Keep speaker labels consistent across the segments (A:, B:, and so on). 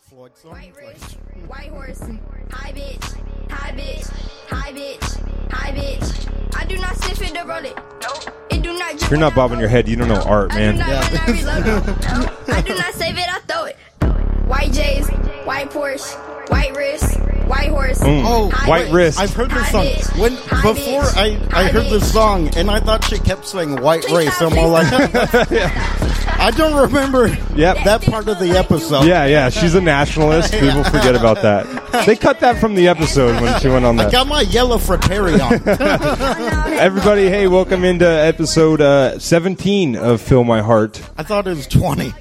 A: Floyd song.
B: White
A: Like,
B: Ridge, White Horse, High Bitch, High Bitch, High Bitch, High Bitch. I do not sniff it to roll it. Nope. It do not.
C: You're not bobbing your head. You don't know art,
B: I do
C: man.
B: not
A: Yeah.
B: when I reload it. Nope. I do not save it. I throw it. White J's, White Porsche, White Wrist, White Horse.
A: oh,
B: High
C: Mm. White
B: Bitch.
C: Wrist.
A: I've heard this
B: High
A: song
B: bitch,
A: when
B: high
A: before I,
B: bitch,
A: I
B: high
A: heard this
B: bitch.
A: song and I thought she kept saying white
B: Please
A: race.
B: stop,
A: I'm all
B: please
A: like, I don't remember
C: Yep.
A: that part of the episode.
C: Yeah, yeah. She's a nationalist. People forget about that. They cut that from the episode when she went on
A: I
C: that.
A: got my yellow fratelli on.
C: Everybody, hey, welcome into episode uh, 17 of Fill My Heart.
A: I thought it was twenty.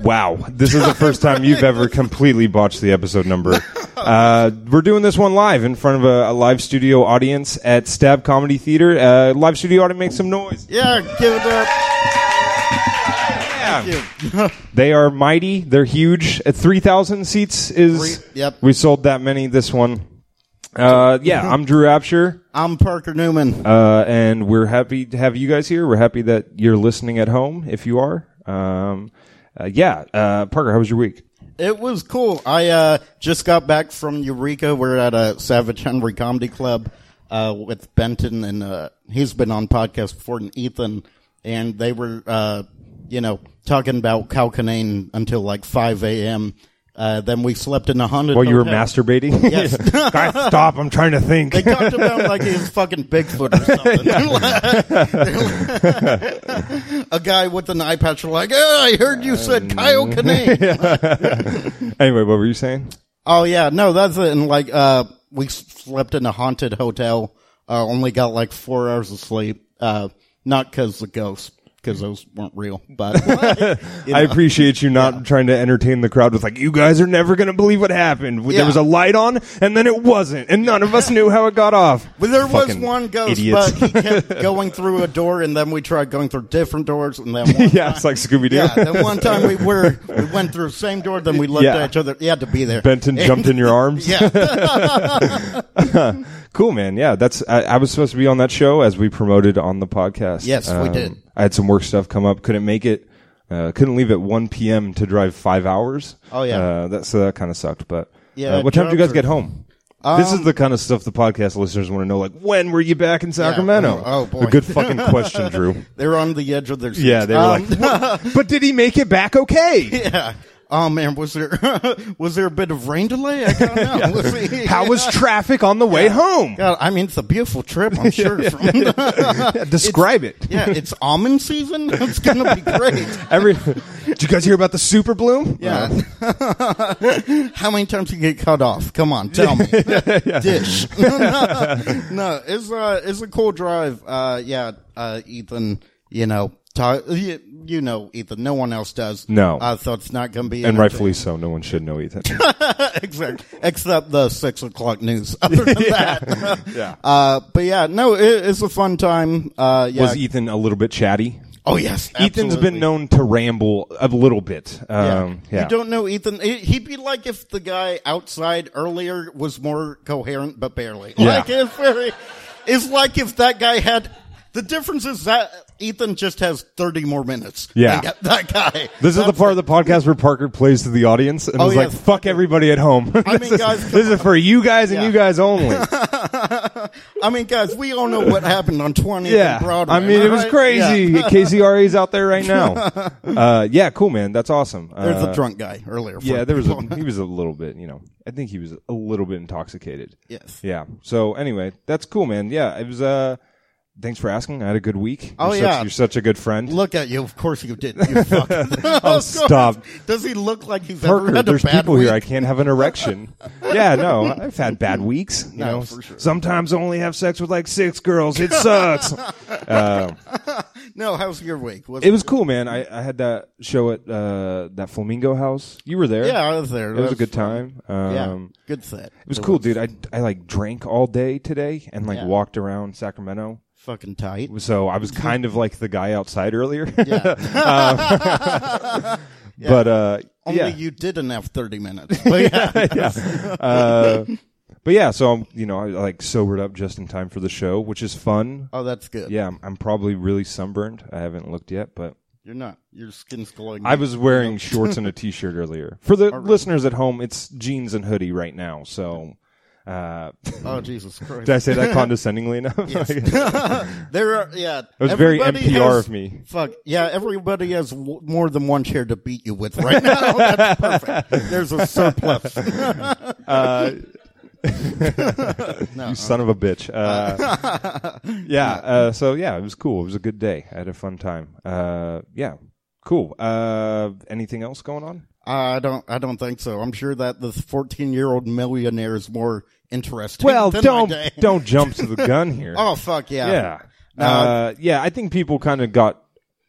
C: Wow, this is the first time you've ever completely botched the episode number. Uh, we're doing this one live in front of a, a live studio audience at Stab Comedy Theater. Uh, live studio audience, make some noise.
A: Yeah, give it up.
C: Yeah. They are mighty. They're huge. At 3,000 seats is.
A: Three- yep.
C: We sold that many this one. Uh, yeah, I'm Drew Apsher,
A: I'm Parker Newman.
C: uh, and we're happy to have you guys here. We're happy that you're listening at home, if you are. Um, uh, yeah, uh, Parker, how was your week?
A: It was cool. I uh, just got back from Eureka. We're at a Savage Henry Comedy Club uh, with Benton, and uh, he's been on podcast before, and Ethan, and they were, uh, you know, talking about Calcanane until like 5 a.m. Uh, then we slept in a haunted.
C: While Oh, you were
A: hotel.
C: masturbating?
A: Yes.
C: Guys, stop. I'm trying to think.
A: They talked about like he was fucking Bigfoot or something. a guy with an eye patch, like, oh, I heard you said Kyle Kinane.
C: anyway, what were you saying?
A: Oh yeah, no, that's it. And like, uh, we slept in a haunted hotel. Uh, only got like four hours of sleep. Uh, not because the ghosts, because those weren't real. But you know,
C: I appreciate you not trying to entertain the crowd with like, you guys are never going to believe what happened. There
A: Yeah.
C: was a light on and then it wasn't and none of us knew how it got off.
A: but there was
C: Fucking
A: one ghost,
C: idiots.
A: but he kept going through a door, and then we tried going through different doors, and then one
C: yeah,
A: time,
C: it's like Scooby Doo.
A: yeah, then one time we were we went through the same door, then we looked
C: Yeah.
A: at each other. You had to be there.
C: Benton jumped in your arms.
A: yeah,
C: Cool, man. Yeah, that's. I, I was supposed to be on that show as we promoted on the podcast. Um,
A: Yes, we did.
C: I had some work stuff come up. Couldn't make it. Uh, couldn't leave at 1 p.m. to drive five hours.
A: Oh, yeah.
C: Uh, that so that kind of sucked. But
A: Yeah,
C: uh, what time did you guys
A: drugs
C: get
A: are-
C: home? this
A: Um,
C: is the kind of stuff the podcast listeners want to know. Like, when were you back in Sacramento?
A: oh, oh, boy.
C: a good fucking question, Drew.
A: they were on the edge of their seats.
C: Yeah, they were
A: Um,
C: like, "What? but did he make it back okay?
A: Yeah. Oh man, was there was there a bit of rain delay? I don't know. We'll see.
C: How was traffic on the way home?
A: God, I mean, it's a beautiful trip. I'm sure. From
C: Yeah, describe it.
A: yeah, it's almond season. It's gonna be great.
C: Every, did you guys hear about the super bloom?
A: Yeah. How many times you get cut off? Come on, tell me. Dish. no, it's a it's a cool drive. Uh, yeah, uh, Ethan. You know, ta- you, you know, Ethan. No one else does.
C: No.
A: I thought it's not gonna be
C: And
A: entertaining.
C: rightfully so. No one should know Ethan.
A: Exact- except the six o'clock news. Other than that, Uh, but yeah, no, it, it's a fun time. Uh, yeah.
C: Was Ethan a little bit chatty?
A: oh yes,
C: Ethan's been
A: absolutely.
C: known to ramble a little bit. Um, yeah.
A: You don't know Ethan. He- He'd be like if the guy outside earlier was more coherent, but barely.
C: Yeah.
A: Like if it's like if that guy had. The difference is that Ethan just has thirty more minutes.
C: Yeah.
A: Than that guy.
C: this is the part of the podcast where Parker plays to the audience and
A: Oh,
C: is
A: yeah.
C: like, fuck everybody at home.
A: mean,
C: this, is,
A: guys,
C: this is for you guys and
A: Yeah.
C: you guys only.
A: I mean, guys, we all know what happened on twenty.
C: yeah.
A: and Broadway.
C: I mean, it
A: all
C: was
A: right?
C: crazy.
A: Yeah.
C: KCRA's out there right now. Uh, yeah, cool, man. That's awesome. Uh,
A: There's a drunk guy earlier.
C: Yeah,
A: for
C: there was
A: people.
C: a, he was a little bit, you know. I think he was a little bit intoxicated.
A: Yes.
C: Yeah. So anyway, that's cool, man. Yeah, it was. uh Thanks for asking. I had a good week.
A: Oh,
C: you're
A: yeah.
C: such, you're such a good friend.
A: Look at you. Of course you did. You fuck. Of course.
C: stop.
A: Does he look like he's ever
C: Parker,
A: had a
C: there's
A: bad
C: people
A: week?
C: here. I can't have an erection. yeah, no, I've had bad weeks. You
A: No,
C: know,
A: for sure.
C: sometimes I only have sex with like six girls. It sucks.
A: No, how's your week? Was
C: it was cool, man. I, I had that show at uh, that Flamingo House. You were there.
A: Yeah, I was there.
C: it was a good time. Um,
A: Yeah, good set.
C: It was cool, dude. I, I like drank all day today and like
A: Yeah.
C: walked around Sacramento.
A: Fucking tight.
C: So I was kind of like the guy outside earlier.
A: Yeah.
C: But uh
A: Only
C: yeah.
A: you didn't have thirty minutes. But yeah,
C: Uh, but yeah, so I'm, you know, I like sobered up just in time for the show, which is fun.
A: oh, that's good.
C: Yeah, I'm, I'm probably really sunburned. I haven't looked yet, but
A: You're not. Your skin's glowing.
C: I was wearing shorts and a t-shirt earlier. For the listeners at home, it's jeans and hoodie right now. So, uh,
A: Oh Jesus Christ!
C: did I say that condescendingly enough?
A: there are yeah. It
C: was very NPR of me.
A: Fuck yeah! Everybody has w- more than one chair to beat you with right now. That's perfect. There's a surplus.
C: you son of a bitch. Uh, yeah. Uh, so yeah, it was cool. It was a good day. I had a fun time. Uh, yeah. Cool. Uh, anything else going on?
A: I don't. I don't think so. I'm sure that the 14 year old millionaire is more interesting.
C: Well,
A: than
C: don't
A: my day.
C: don't jump to the gun here.
A: Oh fuck yeah!
C: yeah. Uh, yeah. I think people kind of got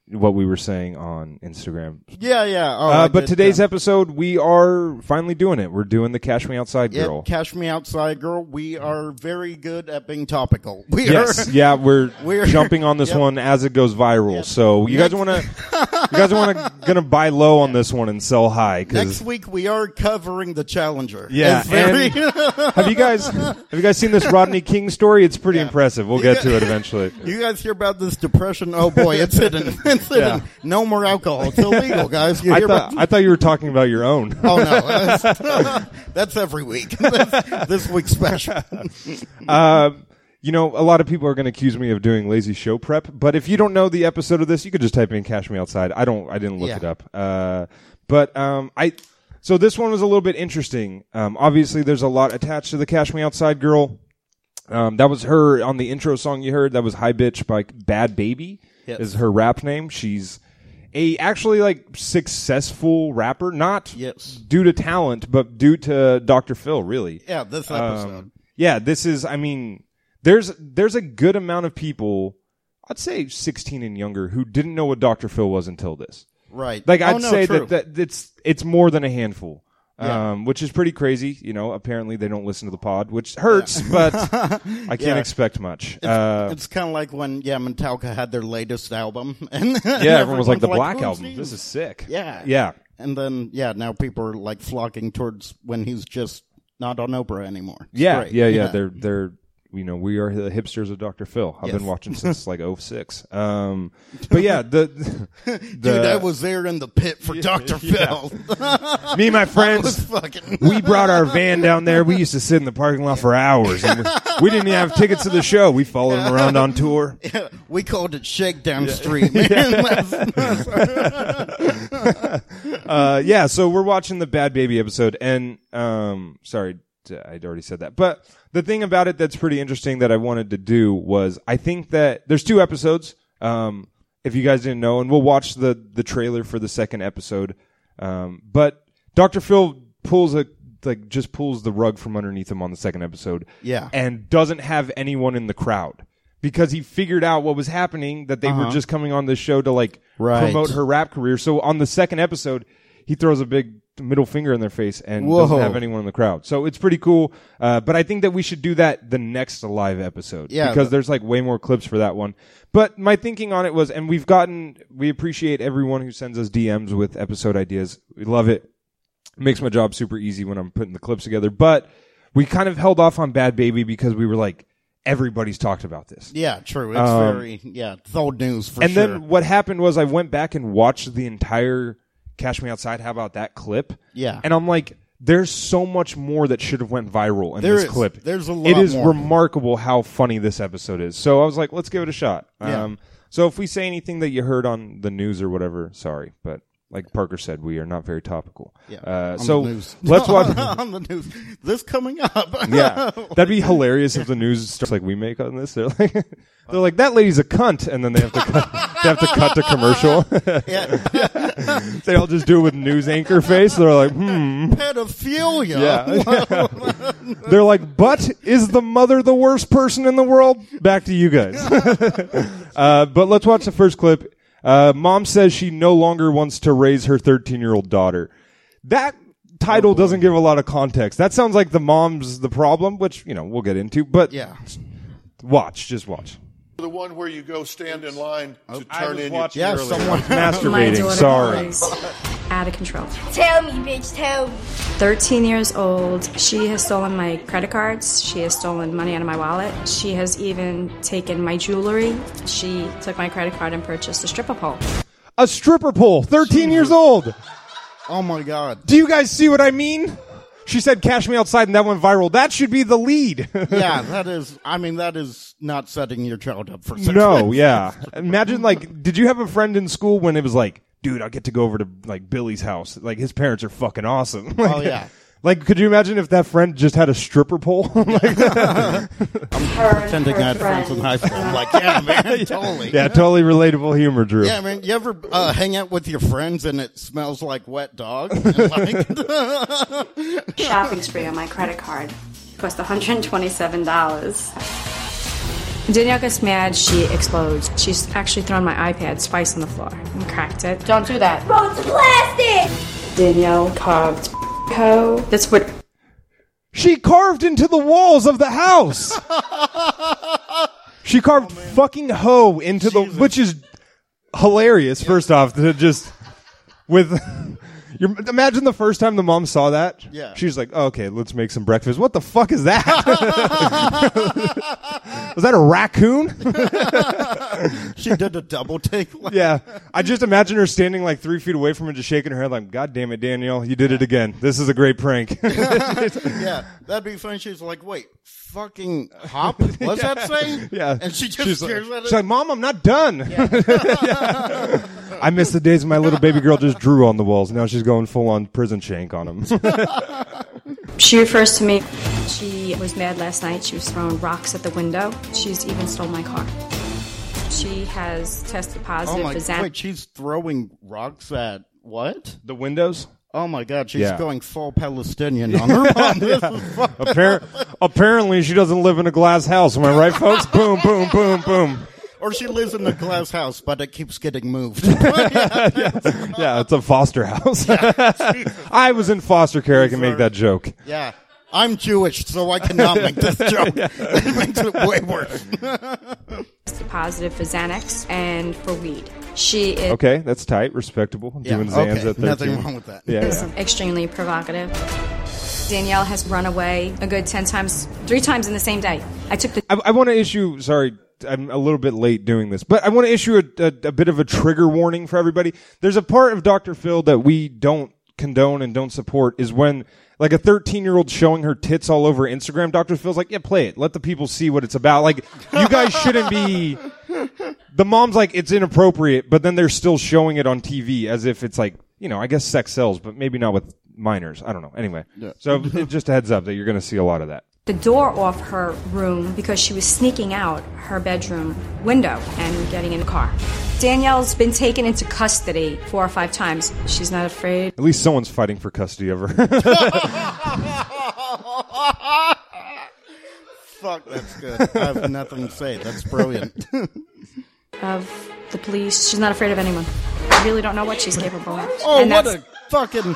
C: what we were saying on Instagram.
A: yeah, yeah. Oh, I
C: Uh, but
A: did,
C: today's
A: uh,
C: episode, we are finally doing it. We're doing the Cash Me Outside
A: yeah,
C: Girl.
A: Cash Me Outside Girl. We are very good at being topical. We
C: Yes,
A: are.
C: yeah, we're,
A: We're-
C: jumping on this
A: Yep.
C: one as it goes viral. So you guys want to, you guys want to, gonna buy low on this one and sell high
A: Next
C: because
A: week we are covering the Challenger.
C: yeah.
A: It's very-
C: and have you guys have you guys seen this Rodney King story? It's pretty impressive. We'll get to it eventually.
A: you guys hear about this depression? Oh boy, it's hidden. It's hidden.
C: Yeah.
A: No more alcohol. It's illegal, guys. You
C: I
A: hear
C: thought
A: about?
C: I thought you were talking about your own.
A: Oh no, that's every week. That's this week's special.
C: Um, you know, a lot of people are going to accuse me of doing lazy show prep, but if you don't know the episode of this, you could just type in "Cash Me Outside." I don't, I didn't look
A: Yeah.
C: it up. Uh, but um, I, so this one was a little bit interesting. Um, obviously, there's a lot attached to the "Cash Me Outside" girl. Um, that was her on the intro song you heard. That was "High Bitch" by Bad Baby.
A: Yes.
C: Is her rap name? She's a actually like successful rapper, not
A: Yes.
C: due to talent, but due to Dr. Phil. Really,
A: Yeah, this
C: um,
A: episode.
C: yeah, this is. I mean, there's there's a good amount of people, I'd say 16 and younger, who didn't know what Dr. Phil was until this.
A: right.
C: Like
A: Oh,
C: I'd
A: no,
C: say
A: true.
C: that, that it's it's more than a handful,
A: Yeah.
C: um, which is pretty crazy. You know, apparently they don't listen to the pod, which hurts, but I can't
A: Yeah.
C: expect much. uh,
A: it's kind of like when yeah, Metallica had their latest album, and
C: yeah, everyone was like the Black
A: "Who's
C: album.
A: these?"
C: This is sick.
A: Yeah.
C: yeah.
A: and then yeah, now people are like flocking towards when he's just not on Oprah anymore. It's
C: Yeah,
A: great.
C: yeah, yeah. They're they're you know we are the hipsters of Dr. Phil. I've been
A: Yes.
C: watching since like 06. Um, but yeah, the, the
A: Dude,
C: uh,
A: I was there in the pit for Dr. Phil.
C: me and my
A: I was
C: friends.
A: fucking.
C: We brought our van down there. We used to sit in the parking lot for hours. And we, we didn't even have tickets to the show. We followed him around on tour.
A: We called it Shakedown Street, man.
C: Uh, yeah, so we're watching the Bad Baby episode, and um, sorry, t- I'd already said that. But the thing about it that's pretty interesting that I wanted to do was I think that there's two episodes. Um, if you guys didn't know, and we'll watch the the trailer for the second episode. Um, but Dr. Phil pulls a like just pulls the rug from underneath him on the second episode.
A: Yeah.
C: and doesn't have anyone in the crowd. Because he figured out what was happening, that they were just coming on the show to like
A: Uh-huh. Right.
C: promote her rap career. So on the second episode, he throws a big middle finger in their face and
A: Whoa.
C: doesn't have anyone in the crowd. So it's pretty cool. Uh, but I think that we should do that the next live episode.
A: Yeah.
C: Because there's like way more clips for that one. But my thinking on it was, and we've gotten, we appreciate everyone who sends us DMs with episode ideas. We love it. Makes my job super easy when I'm putting the clips together. But we kind of held off on Bad Baby because we were like, everybody's talked about this.
A: yeah, true. It's very yeah, it's old news for
C: Um, And
A: sure.
C: then what happened was I went back and watched the entire Cash Me Outside. How about that clip?
A: Yeah.
C: And I'm like, there's so much more that should have went viral in
A: There
C: this
A: is.
C: clip.
A: There's a
C: It
A: lot
C: is
A: more.
C: remarkable how funny this episode is. So I was like, let's give it a shot.
A: Yeah.
C: Um, so if we say anything that you heard on the news or whatever, sorry, but like Parker said, we are not very topical.
A: yeah,
C: Uh,
A: on
C: so
A: the news.
C: let's watch.
A: on the news. This coming up.
C: Yeah, that'd be hilarious if the news starts like we make on this. They're like, they're like that lady's a cunt, and then they have to cut, they have to cut to commercial.
A: yeah.
C: they all just do it with news anchor face. They're like, hmm,
A: Pedophilia.
C: yeah. They're like, but is the mother the worst person in the world? Back to you guys. uh, but let's watch the first clip. Uh, Mom says she no longer wants to raise her 13 year old daughter. That title doesn't give a lot of context. That sounds like the mom's the problem, which, you know, we'll get into, but
A: Yeah.
C: watch, just watch.
D: The one where you go stand in line to turn in your.
A: Yeah, earlier. someone's
E: My
C: masturbating.
E: daughter
C: Sorry.
E: is out of control.
B: Tell me, bitch, tell me.
E: 13 years old. She has stolen my credit cards. She has stolen money out of my wallet. She has even taken my jewelry. She took my credit card and purchased a stripper pole.
C: A stripper pole, 13 years old.
A: Oh my god.
C: Do you guys see what I mean? She said, "Cash me outside," and that went viral. That should be the lead.
A: Yeah, that is. I mean, that is not setting your child up for success.
C: no, yeah. Imagine like, did you have a friend in school when it was like, dude, I get to go over to like Billy's house. Like his parents are fucking awesome. Like,
A: Oh, yeah.
C: Like, could you imagine if that friend just had a stripper pole? like,
A: Pretending I had friends in high school. I'm like, yeah, man, totally.
C: yeah, totally relatable humor, Drew.
A: Yeah, man. You ever uh, hang out with your friends and it smells like wet dog? And, like,
E: shopping spree on my credit card. It cost $127. Danielle gets mad, she explodes. She's actually thrown my iPad twice on the floor and cracked it. Don't do that.
B: Bones plastic.
E: Danielle carved co. That's what
C: She carved into the walls of the house. she carved fucking hoe into the, which is hilarious. First off, to just with. Your, imagine the first time the mom saw that.
A: Yeah.
C: she's like, oh, "Okay, let's make some breakfast." What the fuck is that? Was that a raccoon?
A: she did a double take. Like,
C: yeah, I just imagine her standing like three feet away from it, just shaking her head, like, "God damn it, Danielle, you did it again. This is a great prank."
A: yeah, that'd be fun. She's like, wait, fucking hop? What's that saying?
C: Yeah.
A: And she just
C: she's
A: stares
C: like,
A: at it.
C: she's like, Mom, I'm not done. Yeah. I miss the days my little baby girl just drew on the walls. Now she's going full on prison shank on them.
E: she refers to me. She was mad last night. She was throwing rocks at the window. She's even stole my car. She has tested
A: oh
E: positive
A: my
E: for Xanax.
A: Wait, she's throwing rocks at what?
C: the windows?
A: Oh my god, she's
C: Yeah.
A: going full Palestinian on her mom. This is fuck-
C: Appar- apparently, she doesn't live in a glass house. Am I right, folks? boom, boom, boom, boom.
A: Or she lives in a glass house, but it keeps getting moved.
C: Yeah, it's a foster house. I was in foster care. I can make that joke.
A: yeah. I'm Jewish, so I cannot make this joke. it makes it way worse.
E: tested positive for Xanax and for weed. She is
C: Okay, that's tight, respectable. Doing Zans
A: okay,
C: at 13.
A: nothing wrong with that.
C: Yeah, yeah.
E: extremely provocative. Danielle has run away a good 10 times, three times in the same day. I took the
C: I, I want to issue. Sorry, I'm a little bit late doing this, but I want to issue a, a, a bit of a trigger warning for everybody. There's a part of Dr. Phil that we don't condone and don't support is when like a 13 year old showing her tits all over Instagram. Dr. Phil's like, yeah, play it. Let the people see what it's about. Like, you guys shouldn't be. The mom's like, it's inappropriate, but then they're still showing it on TV as if it's like, you know, I guess sex sells, but maybe not with minors. I don't know. Anyway, so just a heads up that you're going to see a lot of that.
E: the door off her room because she was sneaking out her bedroom window and getting in the car. Danielle's been taken into custody four or five times. She's not afraid.
C: At least someone's fighting for custody of her.
A: Fuck, that's good. I have nothing to say. That's brilliant.
E: of the police. She's not afraid of anyone. I really don't know what she's capable of.
A: Oh,
E: and
A: what
E: that's,
A: a fucking.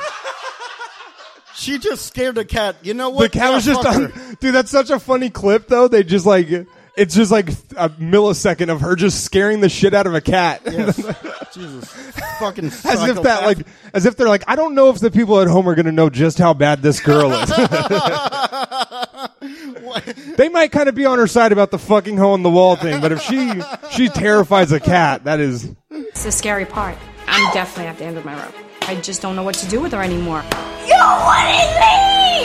A: She just scared a cat. You know what?
C: The cat
A: Yeah,
C: was just
A: fuck
C: on.
A: her.
C: Dude, that's such a funny clip though. They just like it's just like a millisecond of her just scaring the shit out of a cat.
A: Yes. Jesus. Fucking
C: As if that,
A: psychopath.
C: like, as if they're like, I don't know if the people at home are going to know just how bad this girl is. they might kind of be on her side about the fucking hole in the wall thing, but if she she terrifies a cat, that is
E: that's the scary part. I'm definitely at the end of my rope. I just don't know what to do with her anymore.
B: You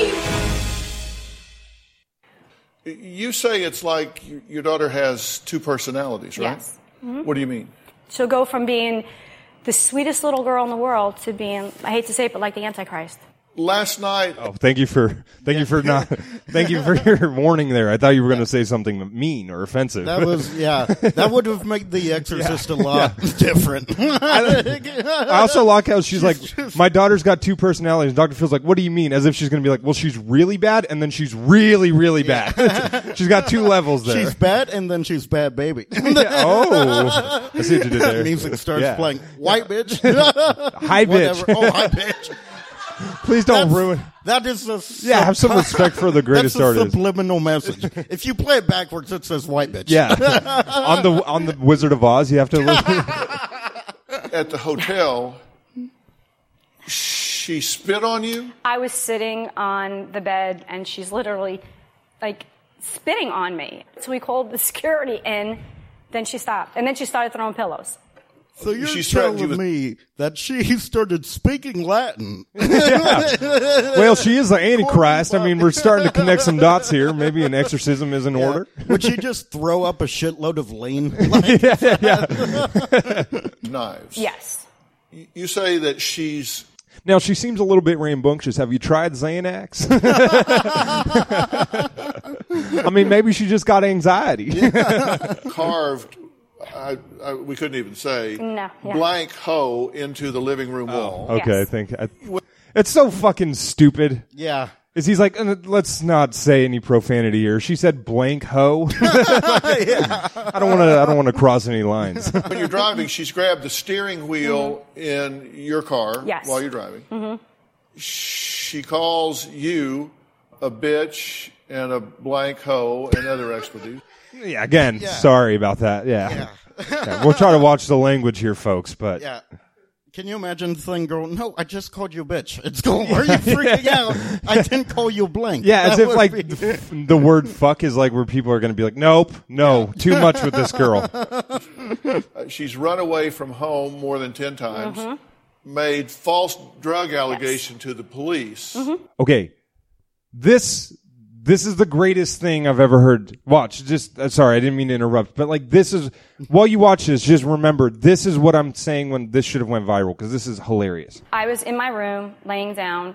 B: wouldn't leave.
D: You say it's like y- your daughter has two personalities, right?
F: Yes. Mm-hmm.
D: What do you mean?
F: She'll go from being the sweetest little girl in the world to being, I hate to say it, but like the Antichrist.
D: Last night,
C: Oh, thank you for thank you for not thank you for your warning there. I thought you were going to say something mean or offensive.
A: That was, yeah. That would have made The Exorcist a lot different.
C: I also like how she's like, my daughter's got two personalities. And Dr. Phil's like, what do you mean? As if she's going to be like, well, she's really bad, and then she's really, really bad. she's got two levels there.
A: she's bad, and then she's bad, baby. the
C: oh, I see what you did there.
A: music starts
C: Yeah.
A: playing. White bitch.
C: Hi,
A: Whatever.
C: bitch.
A: Oh, hi, bitch.
C: Please don't ruin.
A: That is a
C: Yeah, have some respect for the
A: That's
C: greatest
A: a
C: artist.
A: subliminal message. If you play it backwards, it says white bitch.
C: yeah, on the on the Wizard of Oz, you have to. Listen.
D: at the hotel, she spit on you.
F: I was sitting on the bed and she's literally like spitting on me. So we called the security in, then she stopped. And then she started throwing pillows.
A: So you're
D: She's threatened you
A: telling
D: with-
A: me that she started speaking Latin?
C: Well, she is the Antichrist. I mean, we're starting to connect some dots here. Maybe an exorcism is in order.
A: Would she just throw up a shitload of lean?
D: knives.
F: Yes.
D: You say that she's
C: Now, she seems a little bit rambunctious. Have you tried Xanax? I mean, maybe she just got anxiety.
D: carved. I, I, we couldn't even say
F: No, yeah.
D: blank hoe into the living room wall.
C: Okay, I
F: Yes.
C: think I, it's so fucking stupid.
A: yeah.
C: Is he's like, "Uh, let's not say any profanity here. She said blank hoe. I don't want to. I don't want to cross any lines.
D: When you're driving, she's grabbed the steering wheel in your car
F: Mm-hmm. Yes. Mm-hmm.
D: while you're driving. She calls you a bitch and a blank hoe and other expletives.
C: yeah. Again, sorry about that. Yeah. Yeah, We'll try to watch the language here, folks. But
A: Yeah. Can you imagine the thing going, no, I just called you a bitch. It's going, are you freaking out? I didn't call you blank.
C: Yeah, as
A: That
C: if
A: would
C: like
A: be-
C: the, f- the word "fuck" is like where people are going to be like, "Nope, no, too much with this girl."
D: Uh, She's run away from home more than 10 times,
F: Mm-hmm.
D: made false drug allegation to the police.
F: Mm-hmm.
C: Okay, this this is the greatest thing I've ever heard. Watch, just uh, sorry, I didn't mean to interrupt, but like this is while you watch this, just remember this is what I'm saying when this should have went viral because this is hilarious.
F: I was in my room laying down,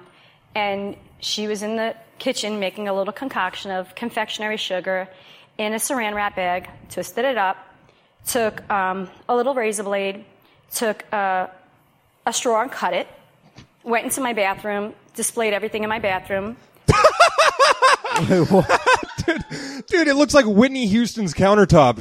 F: and she was in the kitchen making a little concoction of confectionery sugar in a saran wrap bag, twisted it up, took um, a little razor blade, took a, a straw and cut it, went into my bathroom, displayed everything in my bathroom.
C: Dude, it looks like Whitney Houston's countertop.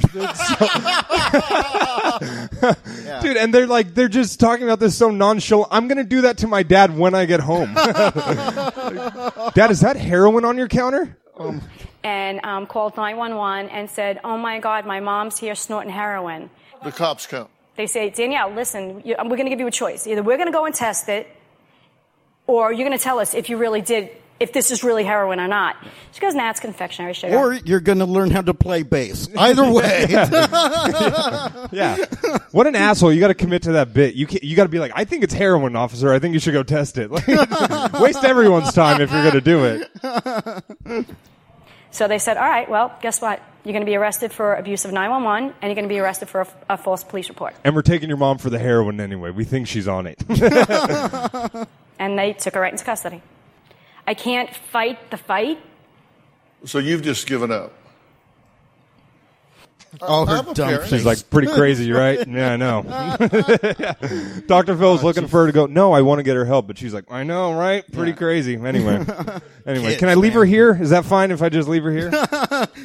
C: Dude, and they're like they're just talking about this so nonchalant. I'm gonna do that to my dad when I get home. dad, is that heroin on your counter?
F: And um, called 911 and said, Oh my God, my mom's here snorting heroin.
D: The cops come.
F: They say, Danielle, listen, you, we're going to give you a choice. Either we're going to go and test it, or you're going to tell us if you really did, if this is really heroin or not. She goes, nah, it's confectionery sugar.
A: or you're going to learn how to play bass. Either way.
C: Yeah. What an asshole! You got to commit to that bit. You can, you got to be like, I think it's heroin, officer. I think you should go test it. Like, waste everyone's time if you're gonna do it.
F: so they said, all right, well, guess what? You're going to be arrested for abuse of 911, and you're going to be arrested for a, a false police report.
C: And we're taking your mom for the heroin anyway. We think she's on it.
F: And they took her right into custody. I can't fight the fight.
D: So you've just given up.
A: oh, her
D: I'm a
A: dumb
D: parent.
A: face.
C: It's
D: She's
C: like pretty crazy, right? Yeah, I know. Dr. Phil's looking for her to go, no, I want to get her help. But she's like, I know, right? Pretty crazy. Anyway, anyway,
A: Kids,
C: can I leave her
A: man.
C: here? Is that fine if I just leave her here?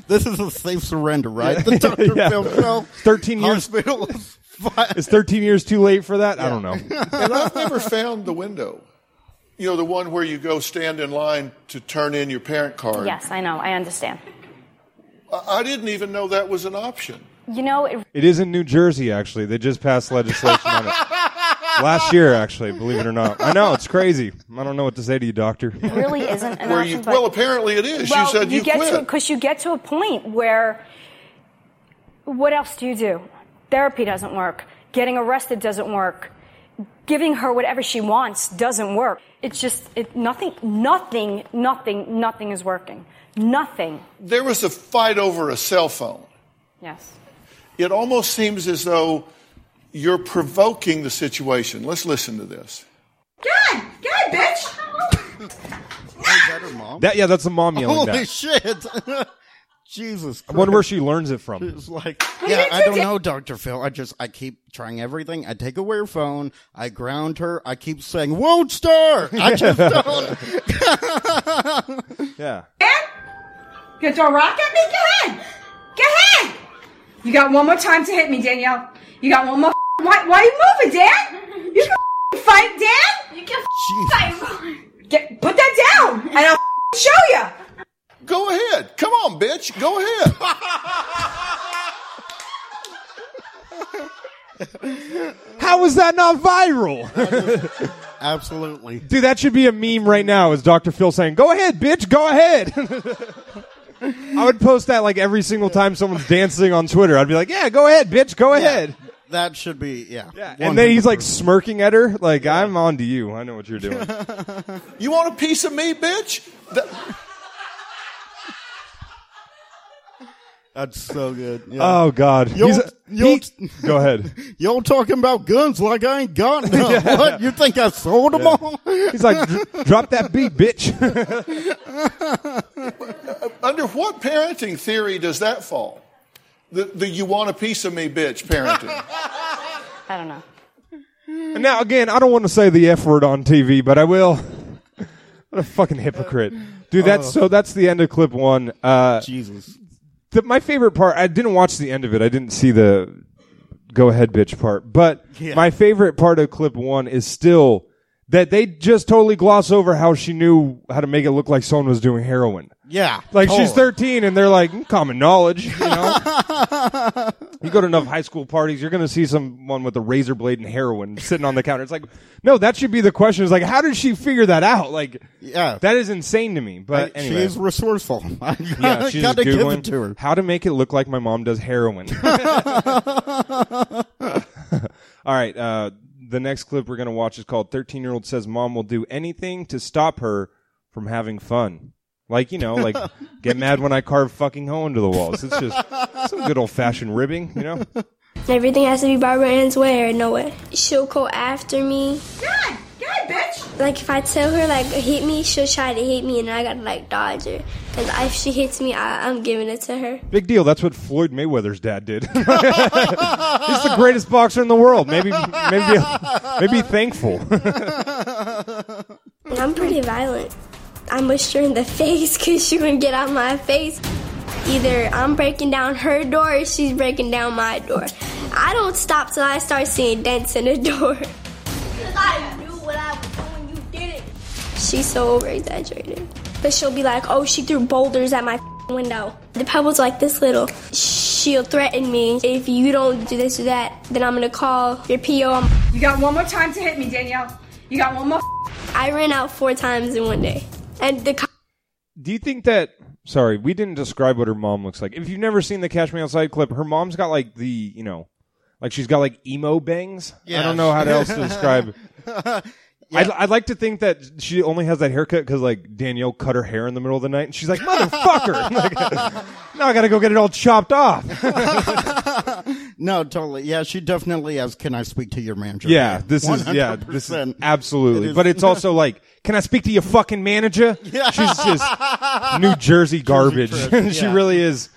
A: this is a safe surrender, right? The Dr.
C: Yeah.
A: Phil show.
C: 13 years.
A: Hospital is fine.
C: Is 13 years too late for that? I don't know.
D: And I've never found the window. You know, the one where you go stand in line to turn in your parent card.
F: Yes, I know, I understand.
D: I I didn't even know that was an option.
F: You know, it
C: It is in New Jersey, actually. They just passed legislation on it. Last year, actually, believe it or not. I know, it's crazy. I don't know what to say to you, doctor.
F: really isn't an
D: Where
F: option.
D: you,
F: but-
D: well, apparently it is.
F: well,
D: you said you,
F: get to
D: quit.
F: because you get to a point where what else do you do? Therapy doesn't work. Getting arrested doesn't work. Giving her whatever she wants doesn't work. It's just it, nothing, nothing, nothing, nothing is working. Nothing.
D: there was a fight over a cell phone.
F: Yes.
D: It almost seems as though you're provoking the situation. Let's listen to this.
G: God, God, bitch.
C: That, yeah, that's the mom yelling
A: Holy
C: that.
A: shit. Jesus
C: I
A: Christ.
C: wonder where she learns it from.
A: It's like, yeah, I don't know, Dr. Phil. I just, I keep trying everything. I take away her phone. I ground her. I keep saying, won't star. I just don't.
C: Yeah.
G: Man, you gonna throw a rock at me? Go ahead. Go ahead. You got one more time to hit me, Danielle. You got one more. f- Why, why are you moving, Dan? You can f- fight, Dan. You can Get, put that down, and I'll f- show you.
D: Go ahead. Come on, bitch. Go ahead.
C: How is that not viral?
A: Absolutely.
C: Dude, that should be a meme right now. Is Dr. Phil saying, "Go ahead, bitch, go ahead." I would post that like every single time someone's dancing on Twitter. I'd be like, "Yeah, go ahead, bitch, go ahead."
A: that should be yeah.
C: And then he's like smirking at her, like, I'm on to you. I know what you're doing.
D: You want a piece of me, bitch? Th-
A: that's so good. Yeah.
C: oh, God.
A: You'll-
C: He's a-
A: you'll-
C: he- go ahead.
A: Y'all talking about guns like I ain't got none. What? You think I sold them all?
C: He's like, "Dr- drop that beat, bitch.
D: Under what parenting theory does that fall? The, the you want a piece of me, bitch parenting.
F: I don't know.
C: And now, again, I don't want to say the F word on TV, but I will. What a fucking hypocrite. Dude, that's so that's the end of clip one. Uh,
A: Jesus.
C: the, my favorite part i didn't watch the end of it i didn't see the go ahead bitch part but
A: Yeah.
C: my favorite part of clip one is still that they just totally gloss over how she knew how to make it look like someone was doing heroin
A: Yeah.
C: like she's
A: totally.
C: 13 and they're like "Mm, common knowledge you know you go to enough high school parties you're going to see someone with a razor blade and heroin sitting on the counter it's like no that should be the question it's like how did she figure that out like
A: Yeah.
C: that is insane to me but
A: She
C: anyway
A: is resourceful. I
C: yeah, she's
A: gotta give
C: Googling
A: it to her.
C: How to make it look like my mom does heroin. All right. Uh, the next clip we're going to watch is called 13 year old says mom will do anything to stop her from having fun. Like, you know, like get mad when I carve fucking hoe into the walls. It's just some good old fashioned ribbing, you know?
H: Everything has to be Barbara Ann's way or no way. She'll go after me.
G: God, God, bitch.
H: Like if I tell her like hit me, she'll try to hit me, and I gotta like dodge her. And if she hits me, I, I'm giving it to her.
C: Big deal. That's what Floyd Mayweather's dad did. He's the greatest boxer in the world. Maybe, maybe, maybe thankful.
H: And I'm pretty violent. I mushed her in the face because she wouldn't get out my face. Either I'm breaking down her door or she's breaking down my door. I don't stop till I start seeing dents in the door. Because I knew what I was doing, you did it. She's so over exaggerated. But she'll be like, oh, she threw boulders at my window. The pebbles like this little. She'll threaten me. If you don't do this or that, then I'm gonna call your PO.
G: You got one more time to hit me, Danielle. You got one more.
H: I ran out four times in one day. And the cop
C: do you think that sorry we didn't describe what her mom looks like if you've never seen the cash me outside clip her mom's got like the you know like she's got like emo bangs i
A: Yeah.
C: don't know how to else to describe I'd, I'd like to think that she only has that haircut because like danielle cut her hair in the middle of the night and she's like motherfucker Like, now i gotta go get it all chopped off
A: No, totally. Yeah, she definitely has. Can I speak to your manager?
C: yeah this is yeah this is
A: 100%.
C: absolutely
A: It is-
C: but it's also like can i speak to your fucking manager yeah. she's just New Jersey garbage.
A: trash,
C: she
A: yeah.
C: really is.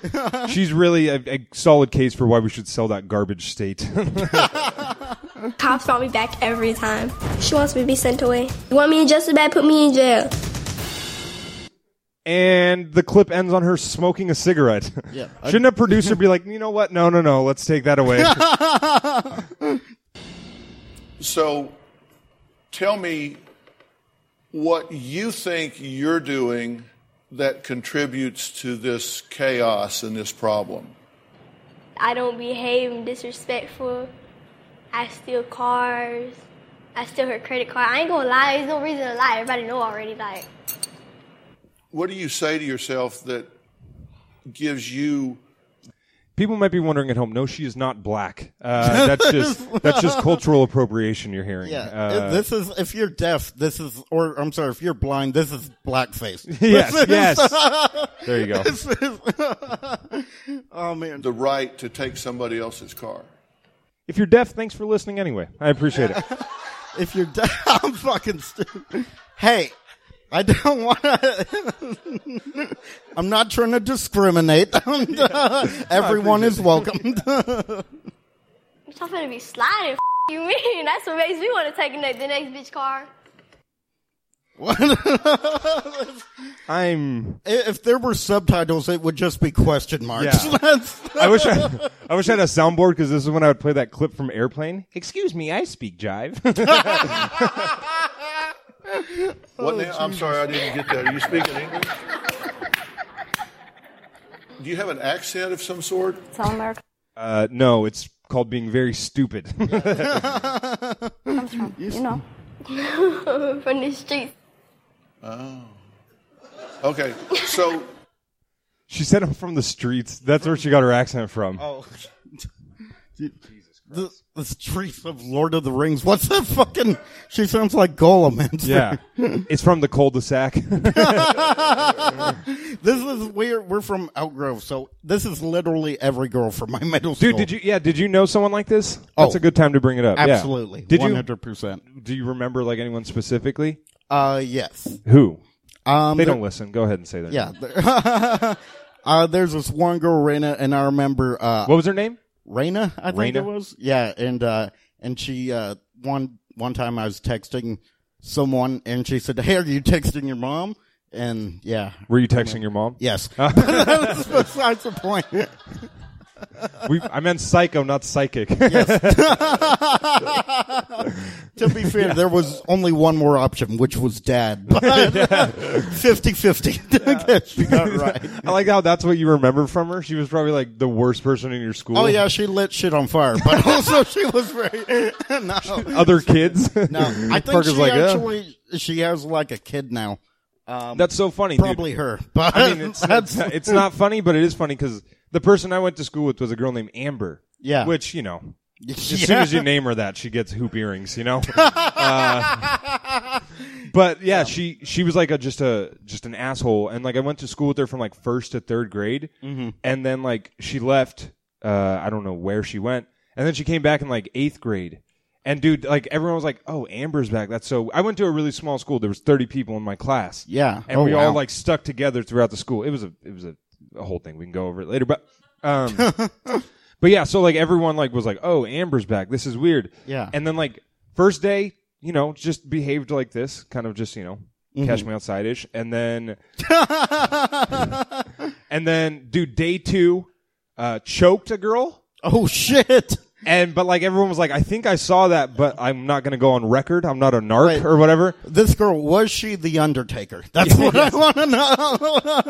C: She's really a, a solid case for why we should sell that garbage state.
H: Cops brought me back every time. She wants me to be sent away. You want me in just as bad? Put me in jail.
C: and the clip ends on her smoking a cigarette.
A: Yeah.
C: Shouldn't a producer be like, you know what? No, no, no. Let's take that away.
D: So tell me what you think you're doing that contributes to this chaos and this problem.
H: I don't behave and disrespectful. I steal cars. I steal her credit card. I ain't gonna lie. There's no reason to lie. Everybody know already. Like
D: What do you say to yourself that gives you
C: People might be wondering at home. No, she is not black. Uh, that's just that's just cultural appropriation you're hearing.
A: Yeah,
C: Uh,
A: this is if you're deaf, this is, or I'm sorry, if you're blind, this is blackface.
C: yes, yes. there you go.
A: oh man,
D: the right to take somebody else's car?
C: If you're deaf, thanks for listening anyway. I appreciate it.
A: if you're deaf, I'm fucking stupid. Hey, I don't want to. I'm not trying to discriminate. Everyone is welcome.
H: I'm gonna be sliding. F- you mean? That's what makes me want to take the the next bitch car.
C: I'm.
A: if there were subtitles, it would just be question marks.
C: Yeah.
A: That's-
C: I wish I, I wish I had a soundboard because this is when I would play that clip from Airplane. Excuse me, I speak jive.
D: What now? I'm sorry, I didn't get that. Are you speaking English? Do you have an accent of some sort?
F: It's all America.
C: uh, no, it's called being very stupid.
F: You know.
H: From the streets.
D: Okay, so
C: she said I'm from the streets. That's where she got her accent from.
A: Oh. the, the streets of Lord of the Rings. What's that fucking? She sounds like Gollum. man.
C: Yeah, it's from the cul-de-sac.
A: this is we're we're from Outgrove, so this is literally every girl from my middle school.
C: Dude, did you? Yeah, did you know someone like this? That's
A: Oh.
C: a good time to bring it up. Yeah.
A: Absolutely,
C: Did
A: one
C: you?
A: hundred percent.
C: Do you remember like anyone specifically?
A: Uh, yes.
C: Who?
A: Um,
C: They
A: there-
C: don't listen. Go ahead and say that.
A: Yeah. there- uh, there's this one girl, Raina, and I remember uh,
C: What was her name?
A: Raina, I think
C: Raina?
A: it was. Yeah, and uh, and she uh, one one time I was texting someone, and she said, "Hey, are you texting your mom?" And yeah,
C: Were you texting your mom?
A: yes. That was besides the point.
C: We, I meant psycho, not psychic.
A: To be fair, there was only one more option, which was dad. But 50-50. She got it right.
C: I like how that's what you remember from her. She was probably like the worst person in your school.
A: Oh yeah, she lit shit on fire, but also she was very no.
C: Other kids.
A: No, I think
C: Parker's
A: she
C: like, uh, "Yeah."
A: actually she has like a kid now. Um,
C: That's so funny. dude.
A: probably her, but
C: I mean, it's,
A: that's
C: it's, it's not funny, but it is funny because the person I went to school with was a girl named Amber.
A: Yeah.
C: Which, you know, as
A: Yeah.
C: soon as you name her that, she gets hoop earrings, you know? Uh, but yeah, she, she was like a, just a, just an asshole. And like, I went to school with her from like first to third grade.
A: Mm-hmm.
C: And then like, she left, uh, I don't know where she went. And then she came back in like eighth grade. And dude, like everyone was like, "Oh, Amber's back." That's so. I went to a really small school. There was thirty people in my class.
A: Yeah.
C: and
A: Oh,
C: we all
A: wow.
C: like like stuck together throughout the school. It was a it was a, a whole thing. We can go over it later, but um, but yeah. So like everyone like was like, oh, Amber's back. This is weird.
A: Yeah.
C: And then like first day, you know, just behaved like this, kind of just you know,
A: Mm-hmm.
C: cash me outside ish, and then and then dude, day two, uh, choked a girl.
A: oh shit.
C: And but like everyone was like, I think I saw that, but I'm not gonna go on record. I'm not a narc
A: Right.
C: or whatever.
A: This girl was she the Undertaker? That's what I want to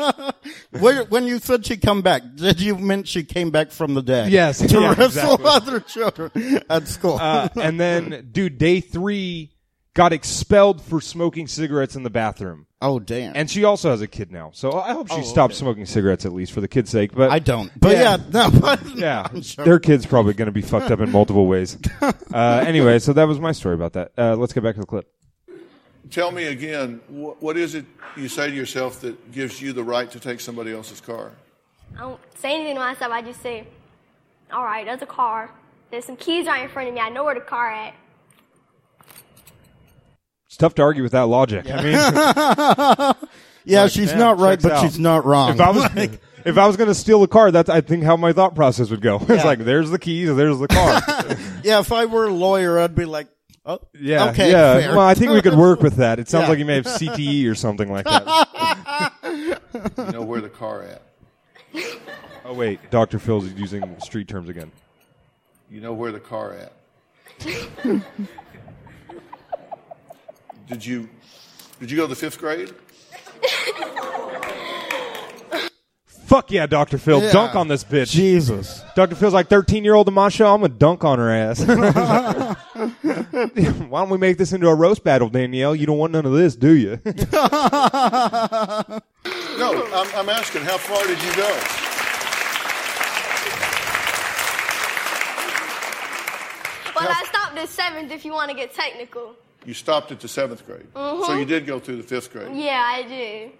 A: know. when, when you said she come back, did you mean she came back from the dead?
C: Yes.
A: to
C: Yeah,
A: wrestle
C: exactly.
A: other children at school.
C: Uh, and then, dude, day three got expelled for smoking cigarettes in the bathroom.
A: oh damn!
C: And she also has a kid now, so I hope she stops smoking cigarettes at least for the kid's sake. But
A: I don't. But yeah,
C: Yeah.
A: no. But
C: yeah,
A: I'm sure.
C: their kid's probably going to be fucked up in multiple ways. Uh, anyway, so that was my story about that. Uh, let's get back to the clip.
D: Tell me again, wh- what is it you say to yourself that gives you the right to take somebody else's car?
H: I don't say anything to myself. I just say, all right, there's a car. There's some keys right in front of me. I know where the car at.
C: It's tough to argue with that logic. I mean,
A: yeah, she's
C: damn,
A: not right,
C: checks
A: but
C: out.
A: she's not wrong.
C: if I was if I was going to steal a car, that's I think how my thought process would go. it's like there's the keys, there's the car.
A: yeah, if I were a lawyer, I'd be like, oh,
C: Yeah.
A: okay,
C: yeah.
A: fair.
C: Well, I think we could work with that. It sounds
A: Yeah.
C: like you may have CTE or something like that.
D: You know where the car at.
C: Oh wait, Dr. Phil's using street terms again.
D: You know where the car at. did you did you go to the fifth grade?
C: Fuck yeah, Dr. Phil,
A: Yeah.
C: dunk on this bitch.
A: Jesus.
C: Dr. Phil's like 13 year old Amasha. I'm gonna dunk on her ass. Why don't we make this into a roast battle, Danielle? You don't want none of this, do you?
D: No, I'm, I'm asking, how far did you go?
H: Well, I stopped at seventh if you want to get technical.
D: You stopped at the seventh grade. So you did go through the fifth grade.
H: Mm-hmm. Yeah, I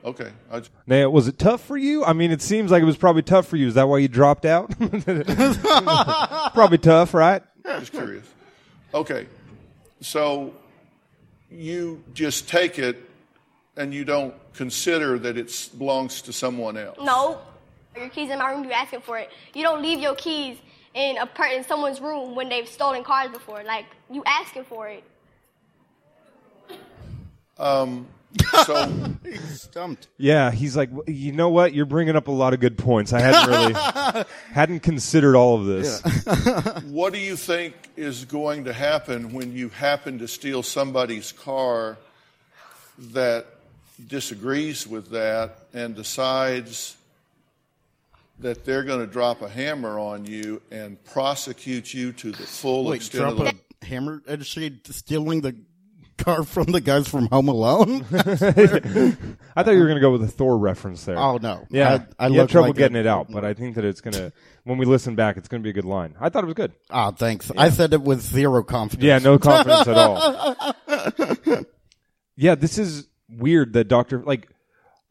H: do.
D: Okay. I,
C: now, was it tough for you? I mean, it seems like it was probably tough for you. Is that why you dropped out? probably tough, right?
D: Just curious. Okay, so you just take it and you don't consider that it belongs to someone else.
H: No. Your keys in my room, you asking for it. You don't leave your keys in a per- in someone's room when they've stolen cars before. Like, you asking for it.
D: So
A: Stumped.
C: Yeah, he's like, "W- you know what? You're bringing up a lot of good points. I hadn't really hadn't considered all of this.
D: what do you think is going to happen when you happen to steal somebody's car that disagrees with that and decides that they're going to drop a hammer on you and prosecute you to the full
A: Wait,
D: extent of
A: drop
D: the
A: a hammer? Is she stealing the car from the guys from Home Alone?
C: I thought you were going to go with a Thor reference there.
A: Oh, no.
C: Yeah,
A: I- I
C: you had
A: look
C: trouble
A: like
C: getting
A: a-
C: it out, but I think that it's going to. When we listen back, it's going to be a good line. I thought it was good.
A: Ah, thanks. I said it with zero confidence.
C: Yeah, no confidence at all. yeah, this is weird. That Doctor, like,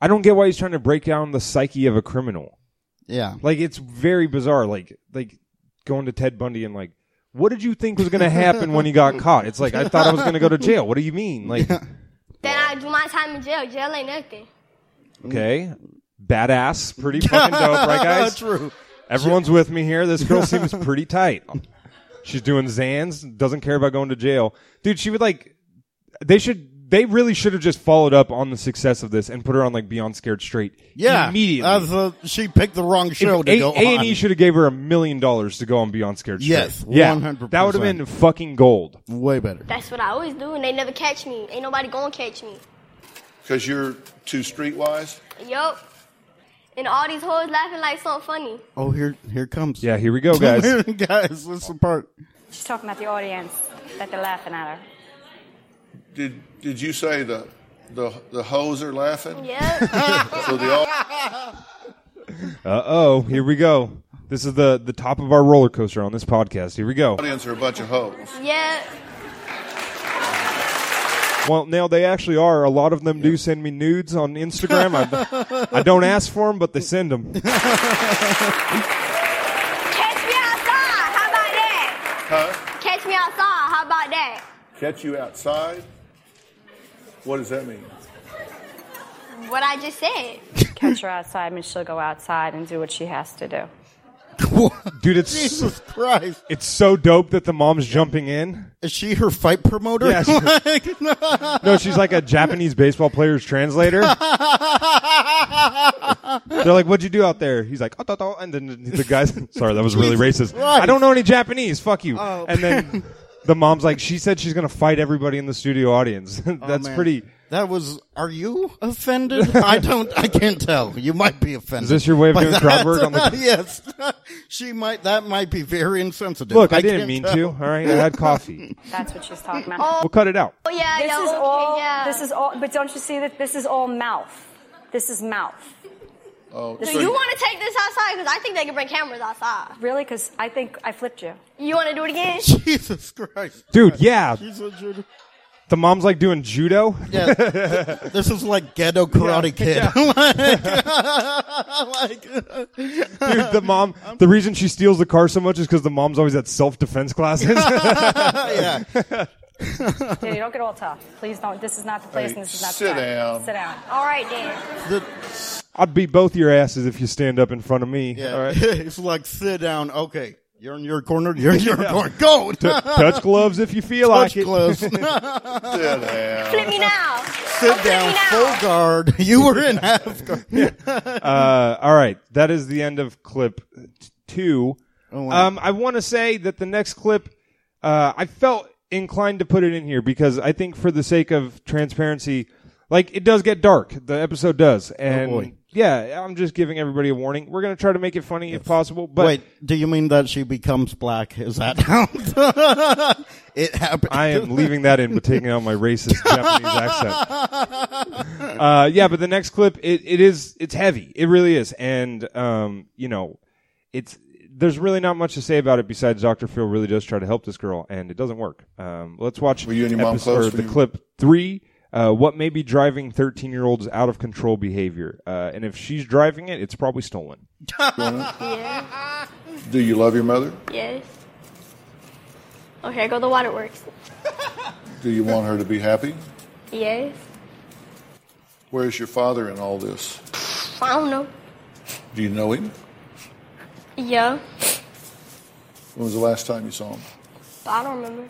C: I don't get why he's trying to break down the psyche of a criminal.
A: Yeah.
C: Like, it's very bizarre. Like, like going to Ted Bundy and like, what did you think was going to happen when he got caught? It's like I thought I was going to go to jail. What do you mean? Like,
H: Then I do my time in jail. Jail ain't nothing.
A: Mm.
C: okay, badass, pretty fucking dope, right, guys?
A: True.
C: Everyone's with me here. This girl seems pretty tight. She's doing Zans, doesn't care about going to jail. Dude, she would like they should they really should have just followed up on the success of this and put her on like Beyond Scared Straight.
A: Yeah.
C: Immediately.
A: As, uh, she picked the wrong show to
C: A-
A: go on.
C: A&E should have gave her a million dollars to go on Beyond Scared Straight.
A: Yes,
C: Yeah.
A: 100%.
C: That would have been fucking gold.
A: Way better.
H: That's what I always do, and they never catch me. Ain't nobody gonna catch me.
D: Because you're too streetwise?
H: Yup. And all these hoes laughing like something funny.
A: Oh, here here it comes.
C: Yeah, here we go, guys.
A: guys, this is the part.
F: She's talking about the audience that they're laughing at her.
D: Did did you say the the the hoes are laughing?
H: Yep.
D: So the au-
C: Uh-oh, here we go. This is the the top of our roller coaster on this podcast. Here we go.
D: audience are a bunch of hoes.
H: yep.
C: Well, now they actually are. A lot of them do send me nudes on Instagram. I, I don't ask for them, but they send them.
H: Catch me outside. How about that?
D: Huh?
H: Catch me outside. How about that?
D: Catch you outside? What does that mean?
H: What I just said.
F: Catch her outside and she'll go outside and do what she has to do.
C: Dude, it's
A: Jesus Christ.
C: it's so dope that the mom's jumping in.
A: Is she her fight promoter?
C: Yes.
A: Like,
C: No, she's like a Japanese baseball player's translator. They're like, "What'd you do out there?" He's like, "Oh, oh, oh," and then the guy's sorry, that was really
A: Jesus
C: racist.
A: Christ. Oh.
C: I don't know any Japanese. Fuck you. And then the mom's like, "She said she's gonna fight everybody in the studio audience." That's
A: Oh, man.
C: pretty.
A: That was. Are you offended? I don't. I can't tell. You might be offended.
C: Is this your way of
A: by
C: doing crowd
A: that.
C: work on the-
A: yes. she might. That might be very insensitive.
C: Look, I,
A: can't
C: didn't mean
A: tell.
C: to. All right, I had coffee.
F: That's what she's talking about.
C: We'll cut it out.
H: Oh yeah.
F: This
H: yo,
F: is
H: okay,
F: all.
H: Yeah.
F: This is all. But don't you see that this is all mouth? This is mouth.
D: Oh,
H: So you want to take this outside? Cause I think they can bring cameras outside.
F: Really? Because I think I flipped you.
H: You want to do it again?
A: Jesus Christ,
C: Dude, yeah.
A: She's a Judo.
C: The mom's like doing judo.
A: Yeah, th- this is like ghetto karate kid. like,
C: Dude, the mom, the reason she steals the car so much is because the mom's always at self defense classes.
A: yeah.
F: Yeah, you don't get all tough. Please don't. This is not the place,
D: Hey,
F: and this is not
D: sit
F: the time.
D: down.
F: Sit down.
H: All right then.
A: The-
C: I'd beat both your asses if you stand up in front of me.
A: yeah.
C: All right.
A: it's like sit down. Okay, you're in your corner. You're in your corner. Go.
C: T- touch gloves if you feel like
A: Touch
C: it.
A: gloves.
D: sit down.
H: Flip me now. Oh,
A: Sit down. Full guard. You were in half guard.
C: Uh, all right. That is the end of clip t- two.
A: Oh, wow.
C: Um, I want to say that the next clip, uh, I felt inclined to put it in here because I think for the sake of transparency, like it does get dark. The episode does. And
A: Oh, boy.
C: yeah, I'm just giving everybody a warning. We're going to try to make it funny if possible, but
A: Wait, do you mean that she becomes black? Is that how it happened?
C: I am leaving that in, but taking out my racist Japanese accent. Uh, yeah, but the next clip, it, it is, it's heavy. It really is. And, um, you know, it's, there's really not much to say about it besides Dr. Phil really does try to help this girl, and it doesn't work. Um, let's watch
D: Were you and your mom
C: episode-
D: close
C: or
D: when
C: the
D: you-
C: clip three. Uh, what may be driving 13 year olds out of control behavior? Uh, and if she's driving it, it's probably stolen.
D: Do you love your mother?
H: Yes. Oh, here go the waterworks.
D: Do you want her to be happy?
H: Yes.
D: Where's your father in all this?
H: I don't know.
D: Do you know him?
H: Yeah.
D: When was the last time you saw him?
H: I don't remember.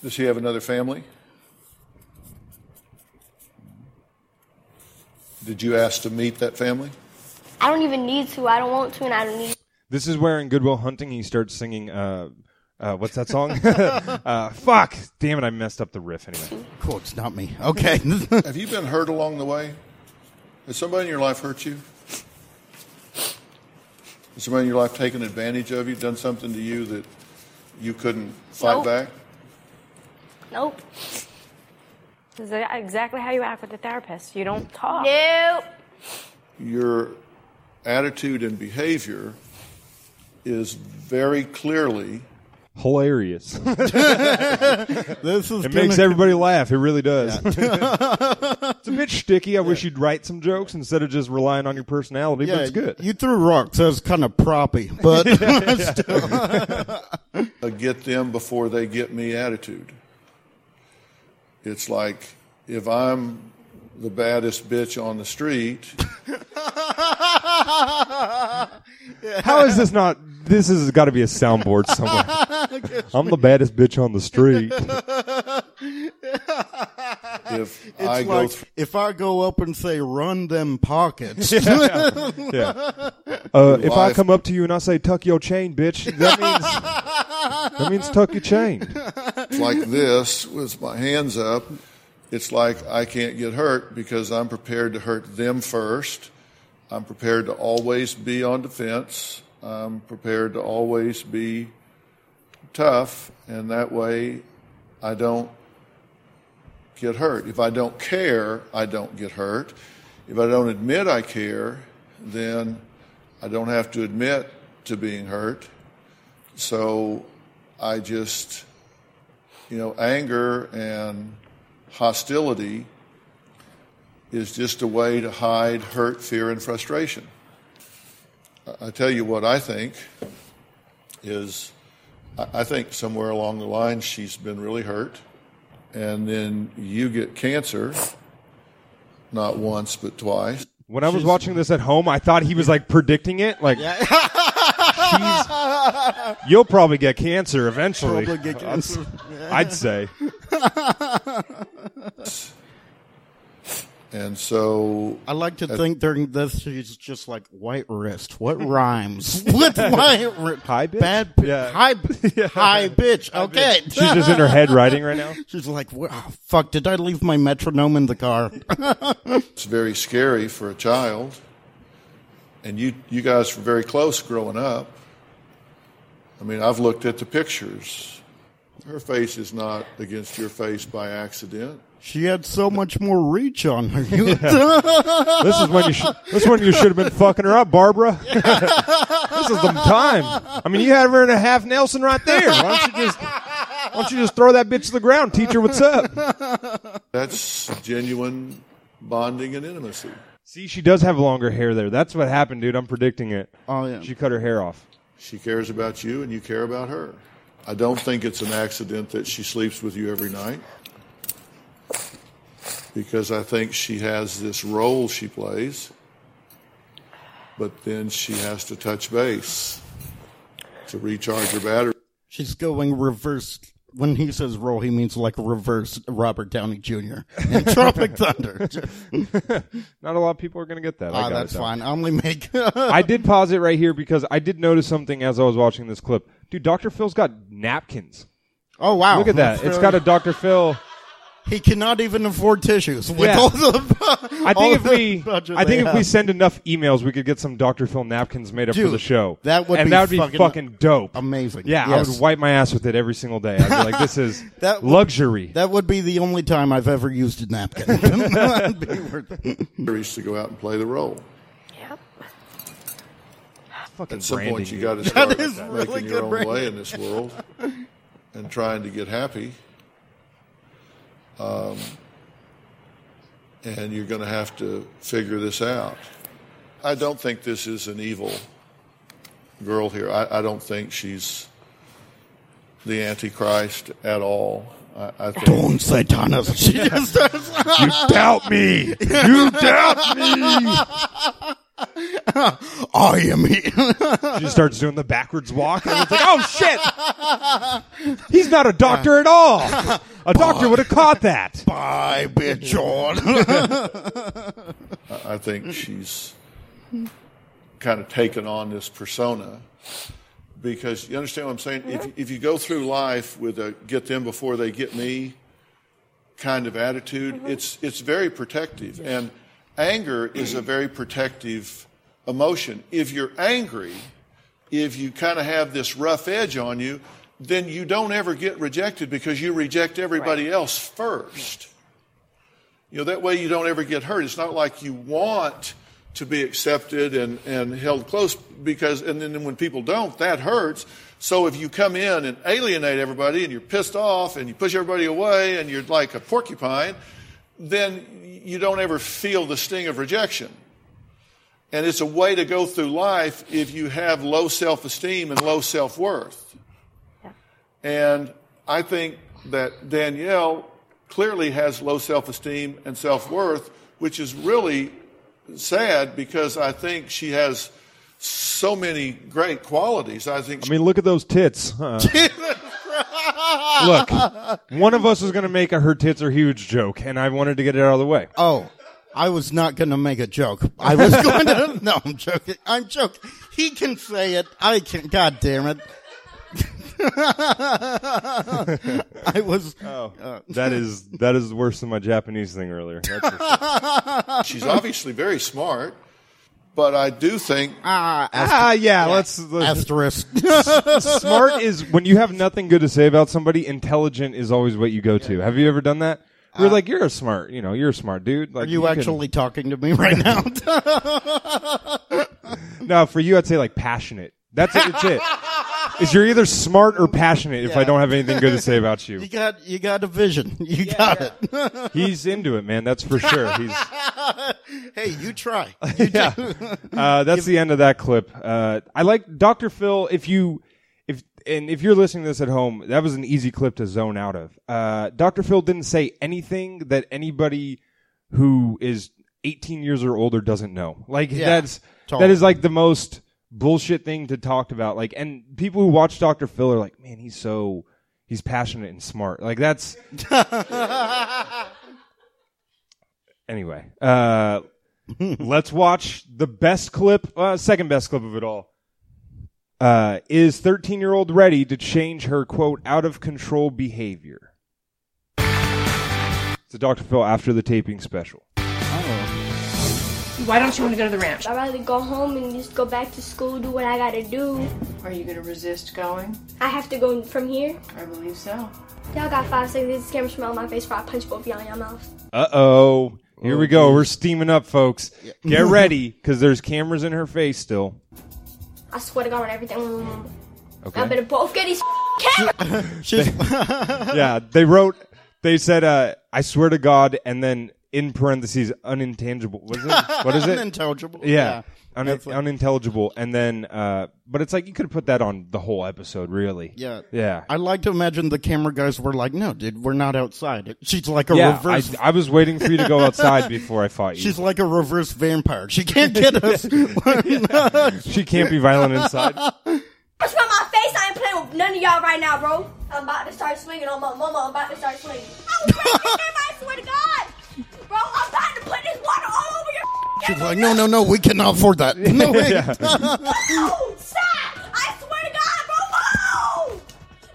D: Does he have another family? Did you ask to meet that family?
H: I don't even need to. I don't want to, and I don't need.
C: This is where in Goodwill Hunting he starts singing. Uh, uh, what's that song? uh, fuck! Damn it! I messed up the riff anyway.
A: Cool, it's not me. Okay.
D: Have you been hurt along the way? Has somebody in your life hurt you? Has somebody in your life taken advantage of you, done something to you that you couldn't fight
H: Nope.
D: back?
B: Nope.
F: This is exactly how you act with a therapist. You don't talk.
B: Nope.
D: your attitude and behavior is very clearly
C: Hilarious.
A: This is
C: It makes
A: gonna-
C: everybody laugh. It really does. it's a bit shticky. I wish you'd write some jokes instead of just relying on your personality, but it's good.
A: You threw rocks. That was kind of proppy, but
D: a get them before they get me attitude. It's like if I'm the baddest bitch on the street,
C: How is this not? This has got to be a soundboard somewhere. I'm the baddest bitch on the street.
D: if
A: it's
D: I go
A: like
D: through
A: if I go up and say, "Run them pockets,"
C: Yeah. Uh, if I
D: Life.
C: come up to you and I say "tuck your chain, bitch," that means that means tuck your chain.
D: like this with my hands up, it's like I can't get hurt because I'm prepared to hurt them first. I'm prepared to always be on defense. I'm prepared to always be tough, and that way I don't get hurt. If I don't care, I don't get hurt. If I don't admit I care, then I don't have to admit to being hurt. So I just you know, anger and hostility is just a way to hide hurt, fear, and frustration. I- I tell you what I think is I I think somewhere along the line she's been really hurt, and then you get cancer, not once, but twice.
C: When I was watching this at home, I thought he was like predicting it. Like, "Jeez, you'll probably get cancer eventually.
A: Probably get cancer.
C: I'd say.
D: And so
A: I like to think during this she's just like white wrist. What rhymes with white wrist?
C: High bitch?
A: Bad bi-
C: Yeah.
A: high high bitch. Okay,
C: She's just in her head writing right now.
A: She's like, "Wha- oh, fuck, did I leave my metronome in the car?
D: it's very scary for a child. And you, you guys were very close growing up. I mean, I've looked at the pictures. Her face is not against your face by accident.
A: she had so much more reach on her.
C: This is when you sh- this is when you should have been fucking her up, Barbara. this is the time. I mean, you had her in a half Nelson right there. Why don't you just why don't you just throw that bitch to the ground? Teach her what's up.
D: That's genuine bonding and intimacy.
C: See, she does have longer hair there. That's what happened, dude. I'm predicting it.
A: Oh, yeah.
C: She cut her hair off.
D: She cares about you and you care about her. I don't think it's an accident that she sleeps with you every night because I think she has this role she plays, but then she has to touch base to recharge her battery.
A: She's going reverse. When he says roll, he means like reverse Robert Downey Jr. in Tropic Thunder.
C: Not a lot of people are gonna get that. I
A: Ah,
C: got
A: that's
C: it, though.
A: fine. I only make.
C: I did pause it right here because I did notice something as I was watching this clip. Dude, Dr. Phil's got napkins.
A: oh wow!
C: Look at that. It's got a Dr. Phil.
A: He cannot even afford tissues with
C: Yeah.
A: all the.
C: I
A: all
C: think if
A: the
C: we,
A: budget
C: I
A: they
C: think if we
A: have.
C: send enough emails, we could get some Dr. Phil napkins made up for
A: Dude,
C: the show.
A: that would
C: and
A: be
C: that would be fucking,
A: fucking
C: dope,
A: amazing.
C: Yeah, I
A: Yes.
C: would wipe my ass with it every single day. I'd be like, this is
A: That would-
C: luxury.
A: That would be the only time I've ever used a napkin. That'd be worth it.
D: to go out and play the role.
C: fucking
D: At some
C: branding.
D: point, you got to start
A: is
D: making
A: really good
D: your own
A: branding.
D: way in this world and trying to get happy. Um, and you're going to have to figure this out. I don't think this is an evil girl here. I, I don't think she's the Antichrist at all. I, I think
A: Don't say Thanos. She just starts.
C: You doubt me. You doubt me.
A: I am here.
C: She starts doing the backwards walk, and it's like, oh shit, he's not a doctor at all. A doctor would have caught that.
A: Bye, bitch. On.
D: I think she's kind of taken on this persona because you understand what I'm saying? If, if you go through life with a get them before they get me kind of attitude, it's, it's very protective. And anger is a very protective emotion. If you're angry, if you kind of have this rough edge on you, then you don't ever get rejected because you reject everybody else first. You know, that way you don't ever get hurt. It's not like you want to be accepted and, and held close because, and then when people don't, that hurts. So if you come in and alienate everybody and you're pissed off and you push everybody away and you're like a porcupine, then you don't ever feel the sting of rejection. And it's a way to go through life if you have low self esteem and low self worth. And I think that Danielle clearly has low self esteem and self worth, which is really sad because I think she has so many great qualities. I think
C: I mean, look at those tits. huh? look, one of us is going to make a her tits are huge joke, and I wanted to get it out of the way.
A: Oh, I was not going to make a joke. I was going to. No, I'm joking. I'm joking. He can say it. I can. God damn it. I was.
C: Oh. That is that is worse than my Japanese thing earlier. That's for sure.
D: she's obviously very smart, but I do think
A: Ah,
C: ah, yeah. Let's, let's
A: asterisk.
C: smart is when you have nothing good to say about somebody. Intelligent is always what you go to. Have you ever done that? You're like you're a smart, you know, you're a smart dude. Like
A: Uh, Are you
C: can-
A: actually talking to me right now?
C: no for you. I'd say like passionate. That's it. It's it. Is you're either smart or passionate. If I
A: Yeah.
C: don't have anything good to say about you,
A: you got you got a vision. You got
C: he's into it, man. That's for sure. He's
A: it. Hey, you try.
C: yeah. Uh, that's the end of that clip. Uh, I like Dr. Phil. If you, if and if you're listening to this at home, that was an easy clip to zone out of. Uh, Dr. Phil didn't say anything that anybody who is 18 years or older doesn't know. Like that's
A: totally.
C: that is like the most bullshit thing to talk about. Like, and people who watch Dr. Phil are like, man, he's so he's passionate and smart. Like that's anyway. Uh, let's watch the best clip, uh, second best clip of it all. Uh, is 13 year old ready to change her quote out of control behavior? It's a Dr. Phil after the taping special.
G: Why don't you want to go to the ranch?
H: I'd rather go home and just go back to school, do what I gotta do.
I: Are you going to resist going?
H: I have to go from here.
I: I believe so.
H: Y'all got five seconds. This camera smell my face before I punch both of y'all in your mouth.
C: Uh oh. Here we go. We're steaming up, folks. Get ready because there's cameras in her face still.
H: I swear to God, when everything. Mm, I
C: Okay.
H: better both get these cameras.
A: She's,
C: Yeah. They wrote, they said, uh, I swear to God, and then in parentheses, unintangible. What is it? What is it?
A: unintelligible.
C: Yeah. Un-
A: That's what-
C: unintelligible. And then, uh, but it's like you could put that on the whole episode, really.
A: Yeah.
C: Yeah.
A: I like to imagine the camera guys were like, "No, dude, we're not outside." It- She's like a
C: yeah, I,
A: reverse.
C: I was waiting for you to go outside before I fought you.
A: she's like a reverse vampire. She can't get us.
C: she can't be violent inside.
H: Camera smell my face. I ain't playing with none of y'all right now, bro. I'm about to start swinging on my mama. I'm about to start swinging. I was breaking camera. I swear to God, bro. I'm about to put this water all over your.
A: She's like, "No, no, no, we cannot afford that." No, wait.
H: No, stop! I swear to God, bro. Whoa,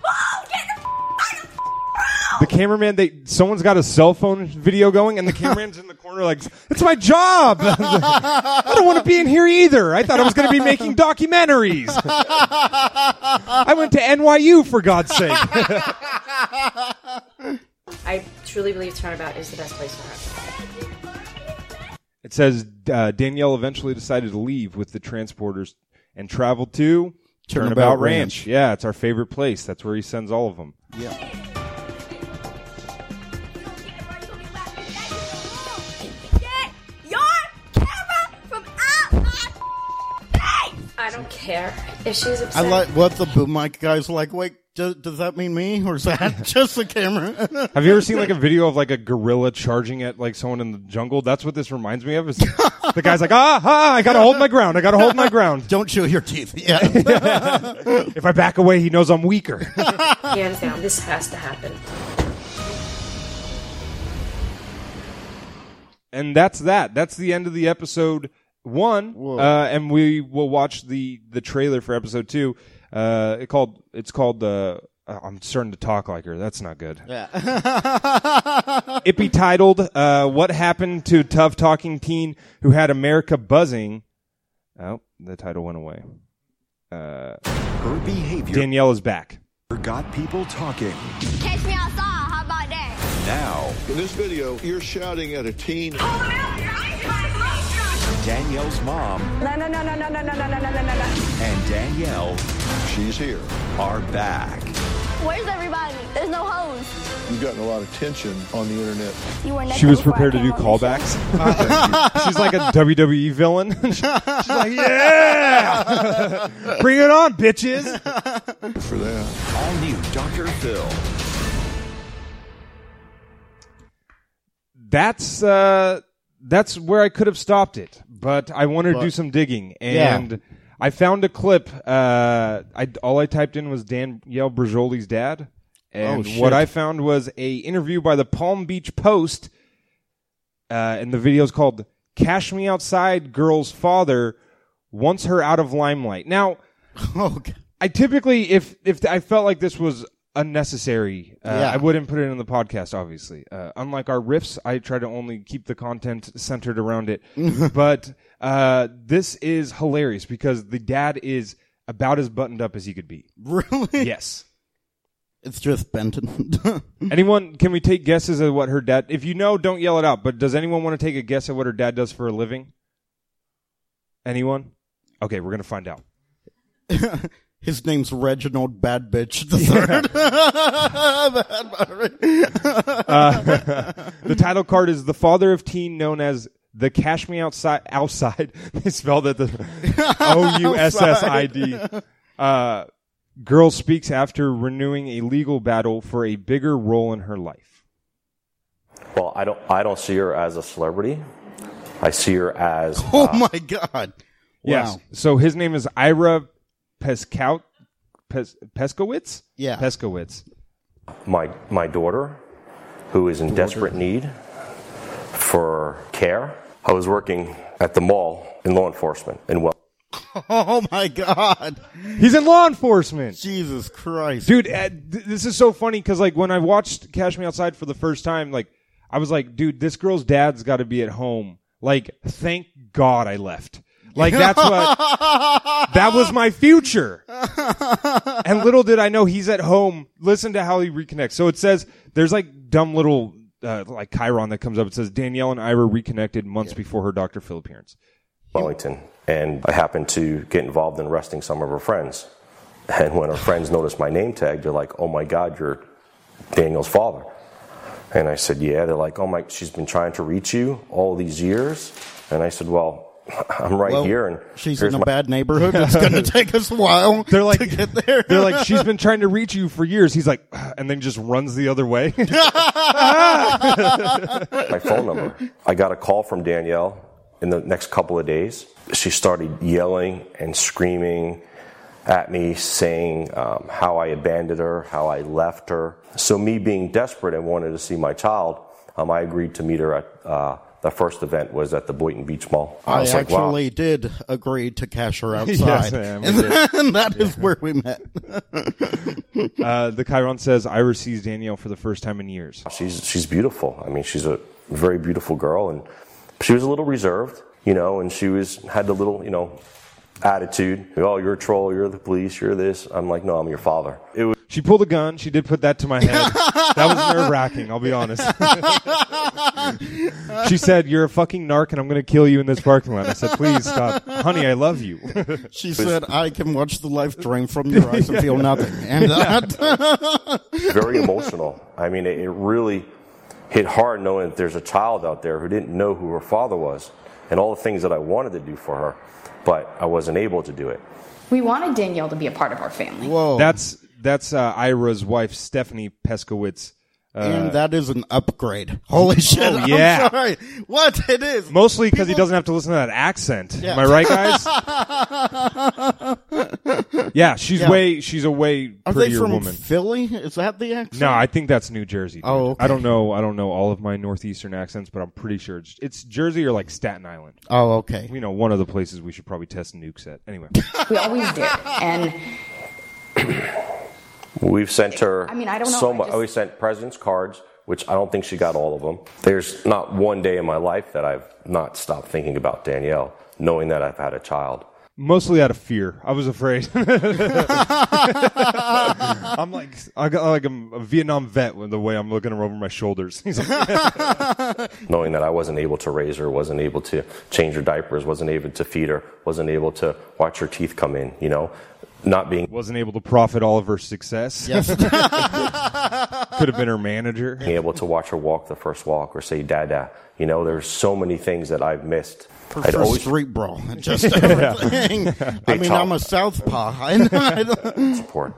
H: whoa, get the out of the
C: The cameraman, they someone's got a cell phone video going, and the cameraman's in the corner like, "It's my job. I don't want to be in here either. I thought I was going to be making documentaries. I went to NYU for God's sake."
I: I truly believe Turnabout is the best place for her.
C: It says uh, Danielle eventually decided to leave with the transporters and traveled to
A: Turnabout Ranch.
C: Yeah, it's our favorite place. That's where he sends all of them.
H: Get your camera from out my face!
I: I don't care if she's
A: I
I: upset.
A: like what the boom mic guys like. Wait, do, does that mean me or is that just the camera?
C: Have you ever seen like a video of like a gorilla charging at like someone in the jungle? That's what this reminds me of. Is the guy's like, ah, ah, I gotta hold my ground. I gotta hold my ground.
A: Don't show your teeth. Yeah,
C: If I back away, he knows I'm weaker.
I: Hands down, this has to happen.
C: and that's that. That's the end of the episode one. Uh, and we will watch the the trailer for episode two. Uh, it called it's called the. Uh, I'm starting to talk like her. That's not good. it be titled uh, "What Happened to Tough Talking Teen Who Had America Buzzing." Oh, the title went away.
J: Her behavior
C: Danielle is back.
J: got people talking.
B: Catch me outside. How about that?
J: Now,
D: In this video, you're shouting at a teen.
J: Danielle's mom
E: No, no, no, no, no, no, no, no, no, no, no.
J: and Danielle
D: She's here.
J: are back.
B: Where's everybody? There's no hoes.
D: You've gotten a lot of tension on the internet.
B: You were
C: She was prepared to do callbacks. She's like a WWE villain. She's like, yeah, bring it on, bitches.
D: Good for that.
J: All new Dr. Phil.
C: That's uh, that's where I could have stopped it, but I wanted to do some digging, and
A: Yeah.
C: I found a clip. Uh, I all I typed in was Danielle Brajoli's dad, and
A: Oh, shit.
C: what I found was a interview by the Palm Beach Post, uh, and the video is called "Cash Me Outside." Girl's father wants her out of limelight now.
A: Oh, g-
C: I typically, if if I felt like this was unnecessary, uh,
A: Yeah.
C: I wouldn't put it in the podcast. Obviously, uh, unlike our riffs, I try to only keep the content centered around it. but uh, this is hilarious because the dad is about as buttoned up as he could be.
A: really?
C: Yes.
A: It's just Benton.
C: Anyone? Can we take guesses at what her dad? If you know, don't yell it out. But does anyone want to take a guess at what her dad does for a living? Anyone? Okay, we're gonna find out.
A: His name's Reginald Bad Bitch the Third.
C: The title card is the father of teen known as the Cash Me Outside. Outside, they spelled it the O U S S I D. Uh, Girl speaks after renewing a legal battle for a bigger role in her life.
K: Well, I don't. I don't see her as a celebrity. I see her as
A: oh my god! Wow.
C: So his name is Ira Peskout Pes, Peskowitz.
A: Yeah.
C: Peskowitz.
K: my my daughter, who is in desperate need for care. I was working at the mall in law enforcement in well.
A: Oh my god!
C: He's in law enforcement.
A: Jesus Christ!
C: dude uh, th- this is so funny because like when i watched cash me outside for the first time like i was like dude this girl's dad's got to be at home like thank god i left like that's what that was my future and little did i know he's at home listen to how he reconnects so it says there's like dumb little uh, like chiron that comes up it says danielle and ira reconnected months before her dr phil appearance
K: Wellington, and I happened to get involved in arresting some of her friends. And when her friends noticed my name tag, they're like, "Oh my God, you're Daniel's father." And I said, "Yeah." They're like, "Oh my, she's been trying to reach you all these years." And I said, "Well, I'm right
A: Well,
K: here." And
A: She's
K: here's
A: in a
K: my-
A: bad neighborhood. It's gonna take us a while.
C: They're like,
A: to get there.
C: they're like, she's been trying to reach you for years. He's like, and then just runs the other way.
K: my phone number. I got a call from Danielle in the next couple of days. She started yelling and screaming at me, saying um, how I abandoned her, how I left her. So, me being desperate and wanted to see my child, um, I agreed to meet her at uh, the first event was at the Boynton Beach Mall.
A: I,
K: was like, wow.
A: actually did agree to cash her outside,
C: I am.
A: and then that is where we met.
C: Uh, the Chiron says Ira sees Danielle for the first time in years.
K: She's she's beautiful. I mean, she's a very beautiful girl, and she was a little reserved, you know, and she was had the little, you know, attitude. Oh, you're a troll. You're the police. You're this. I'm like, no, I'm your father. It was
C: She pulled a gun. She did put that to my head. that was nerve wracking. I'll be honest. she said, "You're a fucking narc, and I'm gonna kill you in this parking lot." I said, "Please stop, honey. I love you."
A: She said, "I can watch the life drain from your eyes and feel nothing," and that
K: very emotional. I mean, it, it really hit hard knowing that there's a child out there who didn't know who her father was, and all the things that I wanted to do for her, but I wasn't able to do it.
I: We wanted Danielle to be a part of our family.
C: that's that's uh, Ira's wife, Stephanie Peskowitz.
A: and that is an upgrade. Holy shit!
C: Oh, yeah.
A: I'm sorry. What it is?
C: Mostly because he doesn't have to listen to that accent. Am
A: Yeah.
C: I right, guys? yeah, she's
A: Yeah.
C: way she's a way
A: Are they
C: prettier
A: from
C: woman.
A: Philly? Is that the accent?
C: No, I think that's New Jersey. dude.
A: Oh, okay.
C: I don't know. I don't know all of my northeastern accents, but I'm pretty sure it's, it's Jersey or like Staten Island.
A: Oh, okay.
C: You know, one of the places we should probably test nukes at. Anyway,
I: We always did. And
K: We've sent her.
I: I mean, I don't know,
K: So
I: I
K: much.
I: just-
K: We sent presidents cards, which I don't think she got all of them. There's not one day in my life that I've not stopped thinking about Danielle, knowing that I've had a child.
C: Mostly out of fear. I was afraid. I'm like I got like I'm a Vietnam vet with the way I'm looking over my shoulders. He's like,
K: knowing that I wasn't able to raise her, wasn't able to change her diapers, wasn't able to feed her, wasn't able to watch her teeth come in, you know, not being
C: wasn't able to profit all of her success.
K: Yes.
C: Could have been her manager.
K: being able to watch her walk the first walk or say dada. You know, there's so many things that I've missed.
A: For first street brawl, just everything. I
K: Big
A: mean,
K: top.
A: I'm a southpaw. I know- I don't-
K: support.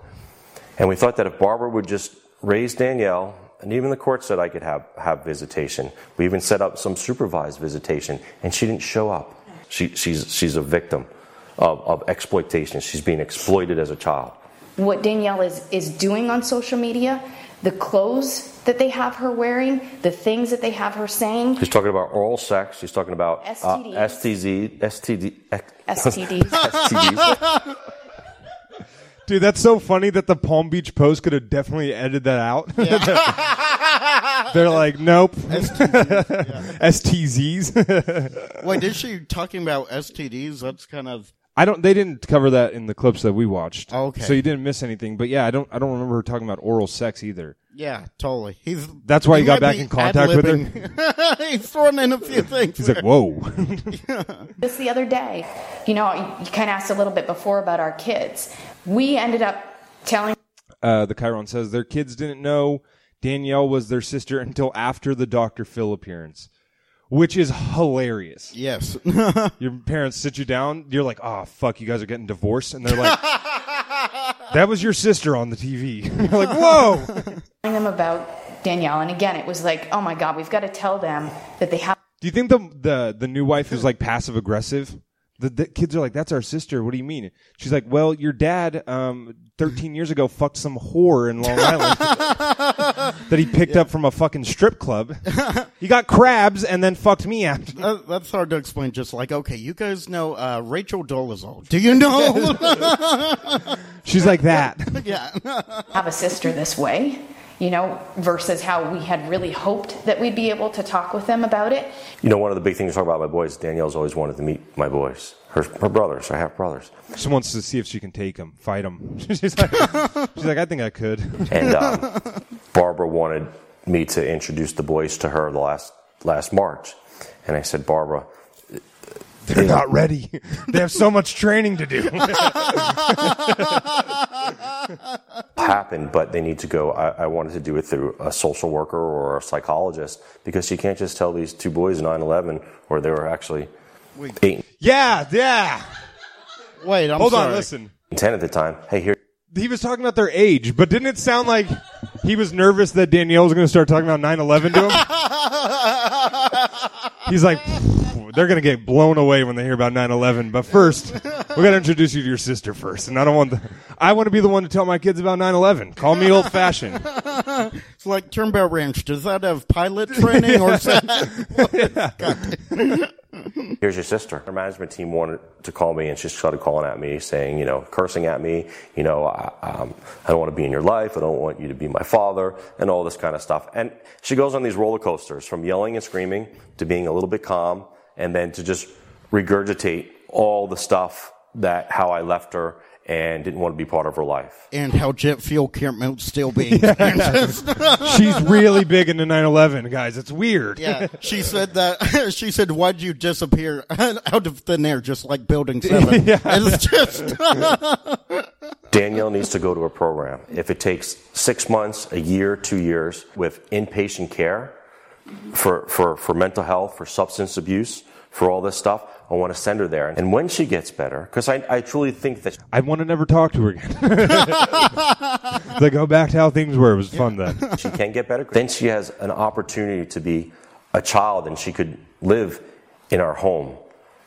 K: And we thought that if Barbara would just raise Danielle, and even the court said I could have, have visitation. We even set up some supervised visitation, and she didn't show up. She, she's, she's a victim of, of exploitation. She's being exploited as a child.
I: What Danielle is, is doing on social media, the clothes that they have her wearing, the things that they have her saying,
K: She's talking about oral sex. She's talking about uh,
I: STDs.
K: STZ, STD, ex-
I: STDs.
C: Dude, that's so funny that the Palm Beach Post could have definitely edited that out. They're like, nope. STZs.
A: Wait, is she talking about STDs? That's kind of
C: I don't. They didn't cover that in the clips that we watched.
A: Okay.
C: So you didn't miss anything. But yeah, I don't. I don't remember her talking about oral sex either.
A: yeah, totally. He's
C: That's why
A: he
C: you got
A: might
C: back
A: be
C: in contact with her.
A: ad-libbing. He's throwing in a few things.
C: He's like, whoa.
I: Just the other day, you know, you kind of asked a little bit before about our kids. We ended up telling
C: Uh, the Chiron says their kids didn't know Danielle was their sister until after the Doctor Phil appearance, which is hilarious.
A: Yes.
C: Your parents sit you down. You're like, oh fuck, you guys are getting divorced, and they're like, that was your sister on the TV. You're like, whoa.
I: telling them about Danielle, and again, it was like, oh my god, we've got to tell them that they have
C: Do you think the the the new wife is like passive aggressive? The, the kids are like, "That's our sister." What do you mean? She's like, "Well, your dad, um, 13 years ago, fucked some whore in Long Island that he picked up from a fucking strip club. he got crabs and then fucked me after."
A: That- that's hard to explain. Just like, okay, you guys know uh, Rachel Dolezal. Do you know?
C: She's like that.
A: yeah.
I: have a sister this way, you know, versus how we had really hoped that we'd be able to talk with them about it.
K: You know, one of the big things I talk about my boys, Danielle's always wanted to meet my boys, her, her brothers, her half brothers.
C: She wants to see if she can take him, fight him. she's like, she's like, "I think I could."
K: and um, Barbara wanted me to introduce the boys to her last last March, and I said, Barbara,
C: They're not ready. They have so much training to do.
K: happened, but they need to go. I, I wanted to do it through a social worker or a psychologist because you can't just tell these two boys 9/11 or they were actually eight
C: yeah, yeah.
A: Wait, I'm
C: Hold on,
A: sorry.
C: listen.
K: and ten at the time. Hey, here.
C: he was talking about their age, but didn't it sound like he was nervous that Danielle was going to start talking about 9/11 to him? He's like, "Phew, they're going to get blown away when they hear about 9/11. But first, we got to introduce you to your sister first, and I don't want the, I want to be the one to tell my kids about 9/11. Call me old fashioned.
A: It's like Turnbow Ranch. Does that have pilot training or is that-
K: here's your sister. Her management team wanted to call me, and she started calling at me, saying, you know, cursing at me, you know, I, um, I don't want to be in your life. I don't want you to be my father, and all this kind of stuff. And she goes on these roller coasters from yelling and screaming to being a little bit calm, and then to just regurgitate all the stuff that how I left her and didn't want to be part of her life.
A: and how jet fuel can't melt steel beams? Yeah.
C: She's really big into 9/11, guys. It's weird.
A: she said that. She said, "Why'd you disappear out of thin air, just like Building 7? It's just
K: Danielle needs to go to a program. If it takes six months, a year, two years with inpatient care for, for, for mental health, for substance abuse, for all this stuff, I want to send her there. And when she gets better, because I, I truly think that
C: I want to never talk to her again. they go back to how things were. It was fun then.
K: she can get better, then she has an opportunity to be a child and she could live in our home.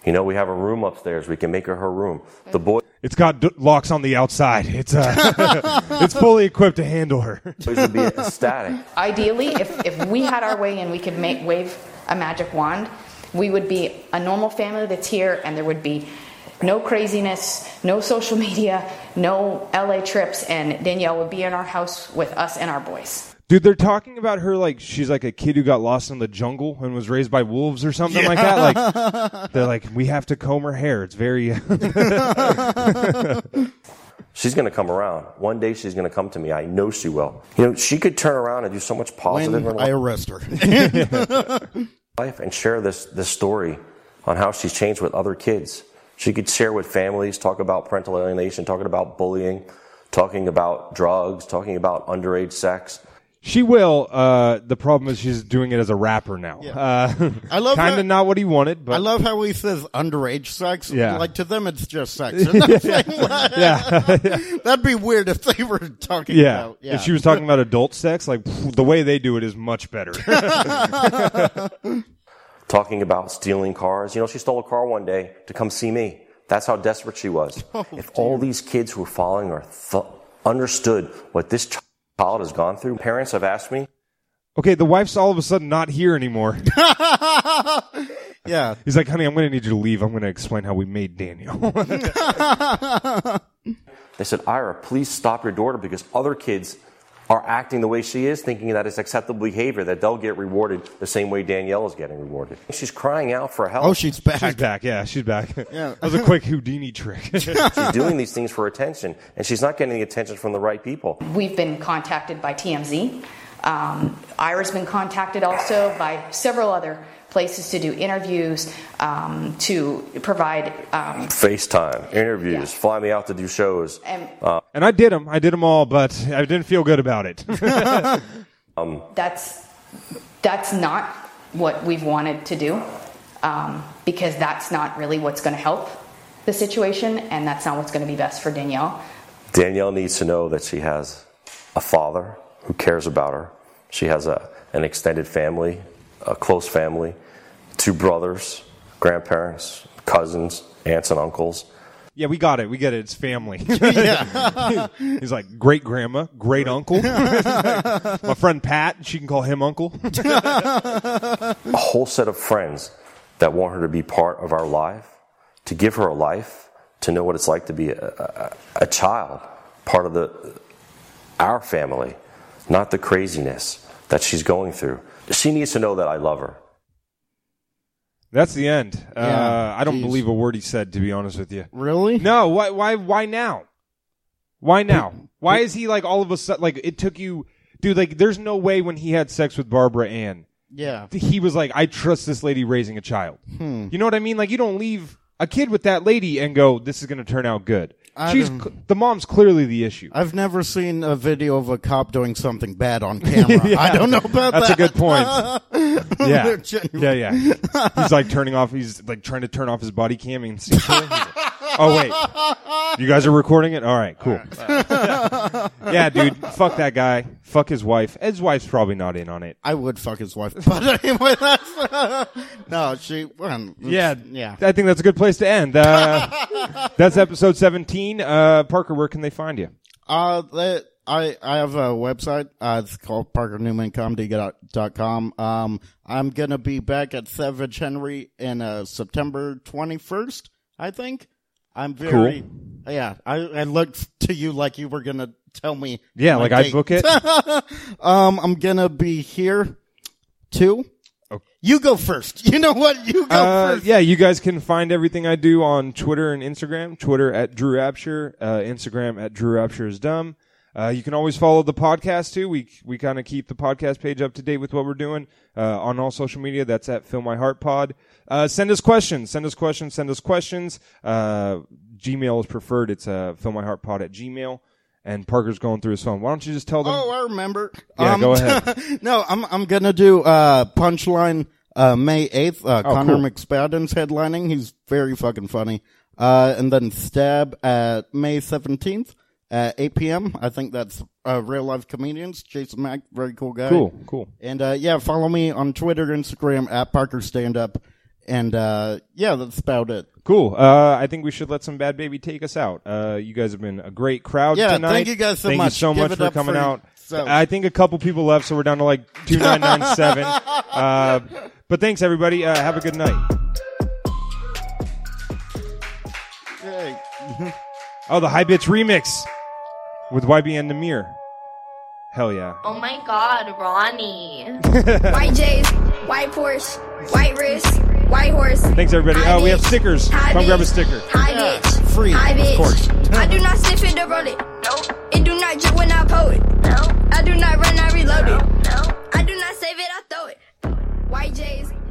K: You know, we have a room upstairs. We can make her her room. The boys
C: It's got d- locks on the outside. It's uh, it's fully equipped to handle her.
K: would be ecstatic.
I: Ideally, if, if we had our way and we could make wave a magic wand, we would be a normal family that's here and there would be no craziness, no social media, no LA trips, and Danielle would be in our house with us and our boys.
C: Dude, they're talking about her like she's like a kid who got lost in the jungle and was raised by wolves or something like that. Like they're like, we have to comb her hair. It's very
K: She's going to come around. One day she's going to come to me. I know she will. You know, she could turn around and do so much positive in her
A: When
K: life.
A: I arrest her.
K: life and share this, this story on how she's changed with other kids. She could share with families, talk about parental alienation, talking about bullying, talking about drugs, talking about underage sex.
C: She will. Uh, the problem is she's doing it as a rapper now. Uh,
A: I love
C: kind
A: how-
C: of not what he wanted, but
A: I love how he says underage sex.
C: Yeah.
A: Like to them, it's just sex. They're not saying what- That'd be weird if they were talking
C: yeah.
A: about. Yeah.
C: If she was talking about adult sex, like pff, the way they do it is much better.
K: talking about stealing cars. You know, she stole a car one day to come see me. That's how desperate she was. if all these kids who were following her th- understood what this ch- child has gone through, parents have asked me,
C: okay, the wife's all of a sudden not here anymore.
A: yeah.
C: He's like, honey, I'm going to need you to leave. I'm going to explain how we made Daniel.
K: they said, Ira, please stop your daughter because other kids are acting the way she is, thinking that it's acceptable behavior, that they'll get rewarded the same way Danielle is getting rewarded. She's crying out for help.
A: Oh, she's back.
C: she's back. Yeah, she's back.
A: Yeah.
C: that was a quick Houdini trick.
K: she's doing these things for attention, and she's not getting the attention from the right people.
I: We've been contacted by TMZ. Um, Ira's been contacted also by several other places to do interviews, um, to provide. Um,
K: FaceTime, interviews, fly me out to do shows.
I: and
C: and I did them. I did them all, but I didn't feel good about it.
I: that's that's not what we've wanted to do um, because that's not really what's going to help the situation, and that's not what's going to be best for Danielle.
K: Danielle needs to know that she has a father who cares about her. She has a, an extended family, a close family, two brothers, grandparents, cousins, aunts, and uncles.
C: yeah, we got it. We get it. It's family. He's like, great grandma, great uncle. My friend Pat, she can call him uncle.
K: A whole set of friends that want her to be part of our life, to give her a life, to know what it's like to be a, a, a child, part of the our family, not the craziness that she's going through. She needs to know that I love her.
C: That's the end. uh,
A: Yeah,
C: I don't
A: geez.
C: believe a word he said, to be honest with you.
A: Really?
C: No, why, why, why now? Why now? Why is he like all of a sudden? Like it took you, dude. Like there's no way when he had sex with Barbara Ann,
A: Yeah.
C: he was like, I trust this lady raising a child.
A: Hmm.
C: You know what I mean? Like you don't leave a kid with that lady and go, this is going to turn out good. She's cl- the mom's clearly the issue.
A: I've never seen a video of a cop doing something bad on camera. I don't know about
C: That's a
A: that.
C: good point. yeah,
A: They're genuine.
C: yeah, yeah. He's like turning off. He's like trying to turn off his body cam and see. oh wait, you guys are recording it. All right, cool. yeah, dude, fuck that guy. Fuck his wife. His wife's probably not in on it.
A: I would fuck his wife, but anyway, that's no. She, well, yeah.
C: I think that's a good place to end. Uh, that's episode seventeen. Uh, Parker, where can they find you?
A: Uh, the, I, I have a website. Uh, it's called parkernewmancomedy.com. Um, I'm going to be back at Savage Henry in uh, September 21st, I think. I'm very, yeah, I, I looked to you like you were going to tell me.
C: Yeah,
A: my
C: like I
A: date.
C: book it.
A: Um, I'm going to be here too. You go first. You know what? You go
C: Oh. Uh,
A: first.
C: yeah, you guys can find everything I do on Twitter and Instagram. Twitter at Drew Rapture, uh, Instagram at Drew Rapture is dumb. Uh, you can always follow the podcast too. We we kind of keep the podcast page up to date with what we're doing uh, on all social media. That's at Fill My Heart Pod. Uh, send us questions. Send us questions. Send us questions. Uh, Gmail is preferred. It's uh, Fill My Heart Pod at Gmail. And Parker's going through his phone. Why don't you just tell them?
A: Oh, I remember.
C: Yeah,
A: um,
C: go ahead.
A: no, I'm I'm gonna do uh punchline uh May eighth. Uh,
C: Oh,
A: Connor
C: cool.
A: McSpadden's headlining. He's very fucking funny. Uh, and then stab at May seventeenth at eight p.m. I think that's uh, real life comedians. Jason Mack, very cool guy.
C: Cool, cool.
A: And uh, yeah, follow me on Twitter, Instagram at Parker Stand Up. And uh, yeah, that's about it.
C: Cool. Uh, I think we should let some bad baby take us out. Uh, you guys have been a great crowd
A: Yeah,
C: tonight.
A: thank you guys so
C: Thank
A: much.
C: You so
A: Give
C: much
A: it
C: for
A: up
C: coming
A: for
C: out.
A: yourselves.
C: I think a couple people left, so we're down to like two nine nine seven. Uh, but thanks everybody. Uh, have a good night.
A: Yay.
C: Oh, the high bitch remix with YB and Namir. Hell yeah.
H: Oh my god, Ronnie. white J's, white Porsche, white wrist, white horse.
C: Thanks everybody. Oh, we have stickers. Come grab a sticker.
H: High bitch.
C: free,
H: High
C: of
H: bitch.
C: course.
H: I do not sit fit to roll it. No. It do not jump when I pull it. No. I do not run, I reload it. No. I do not save it, I throw it. White J's,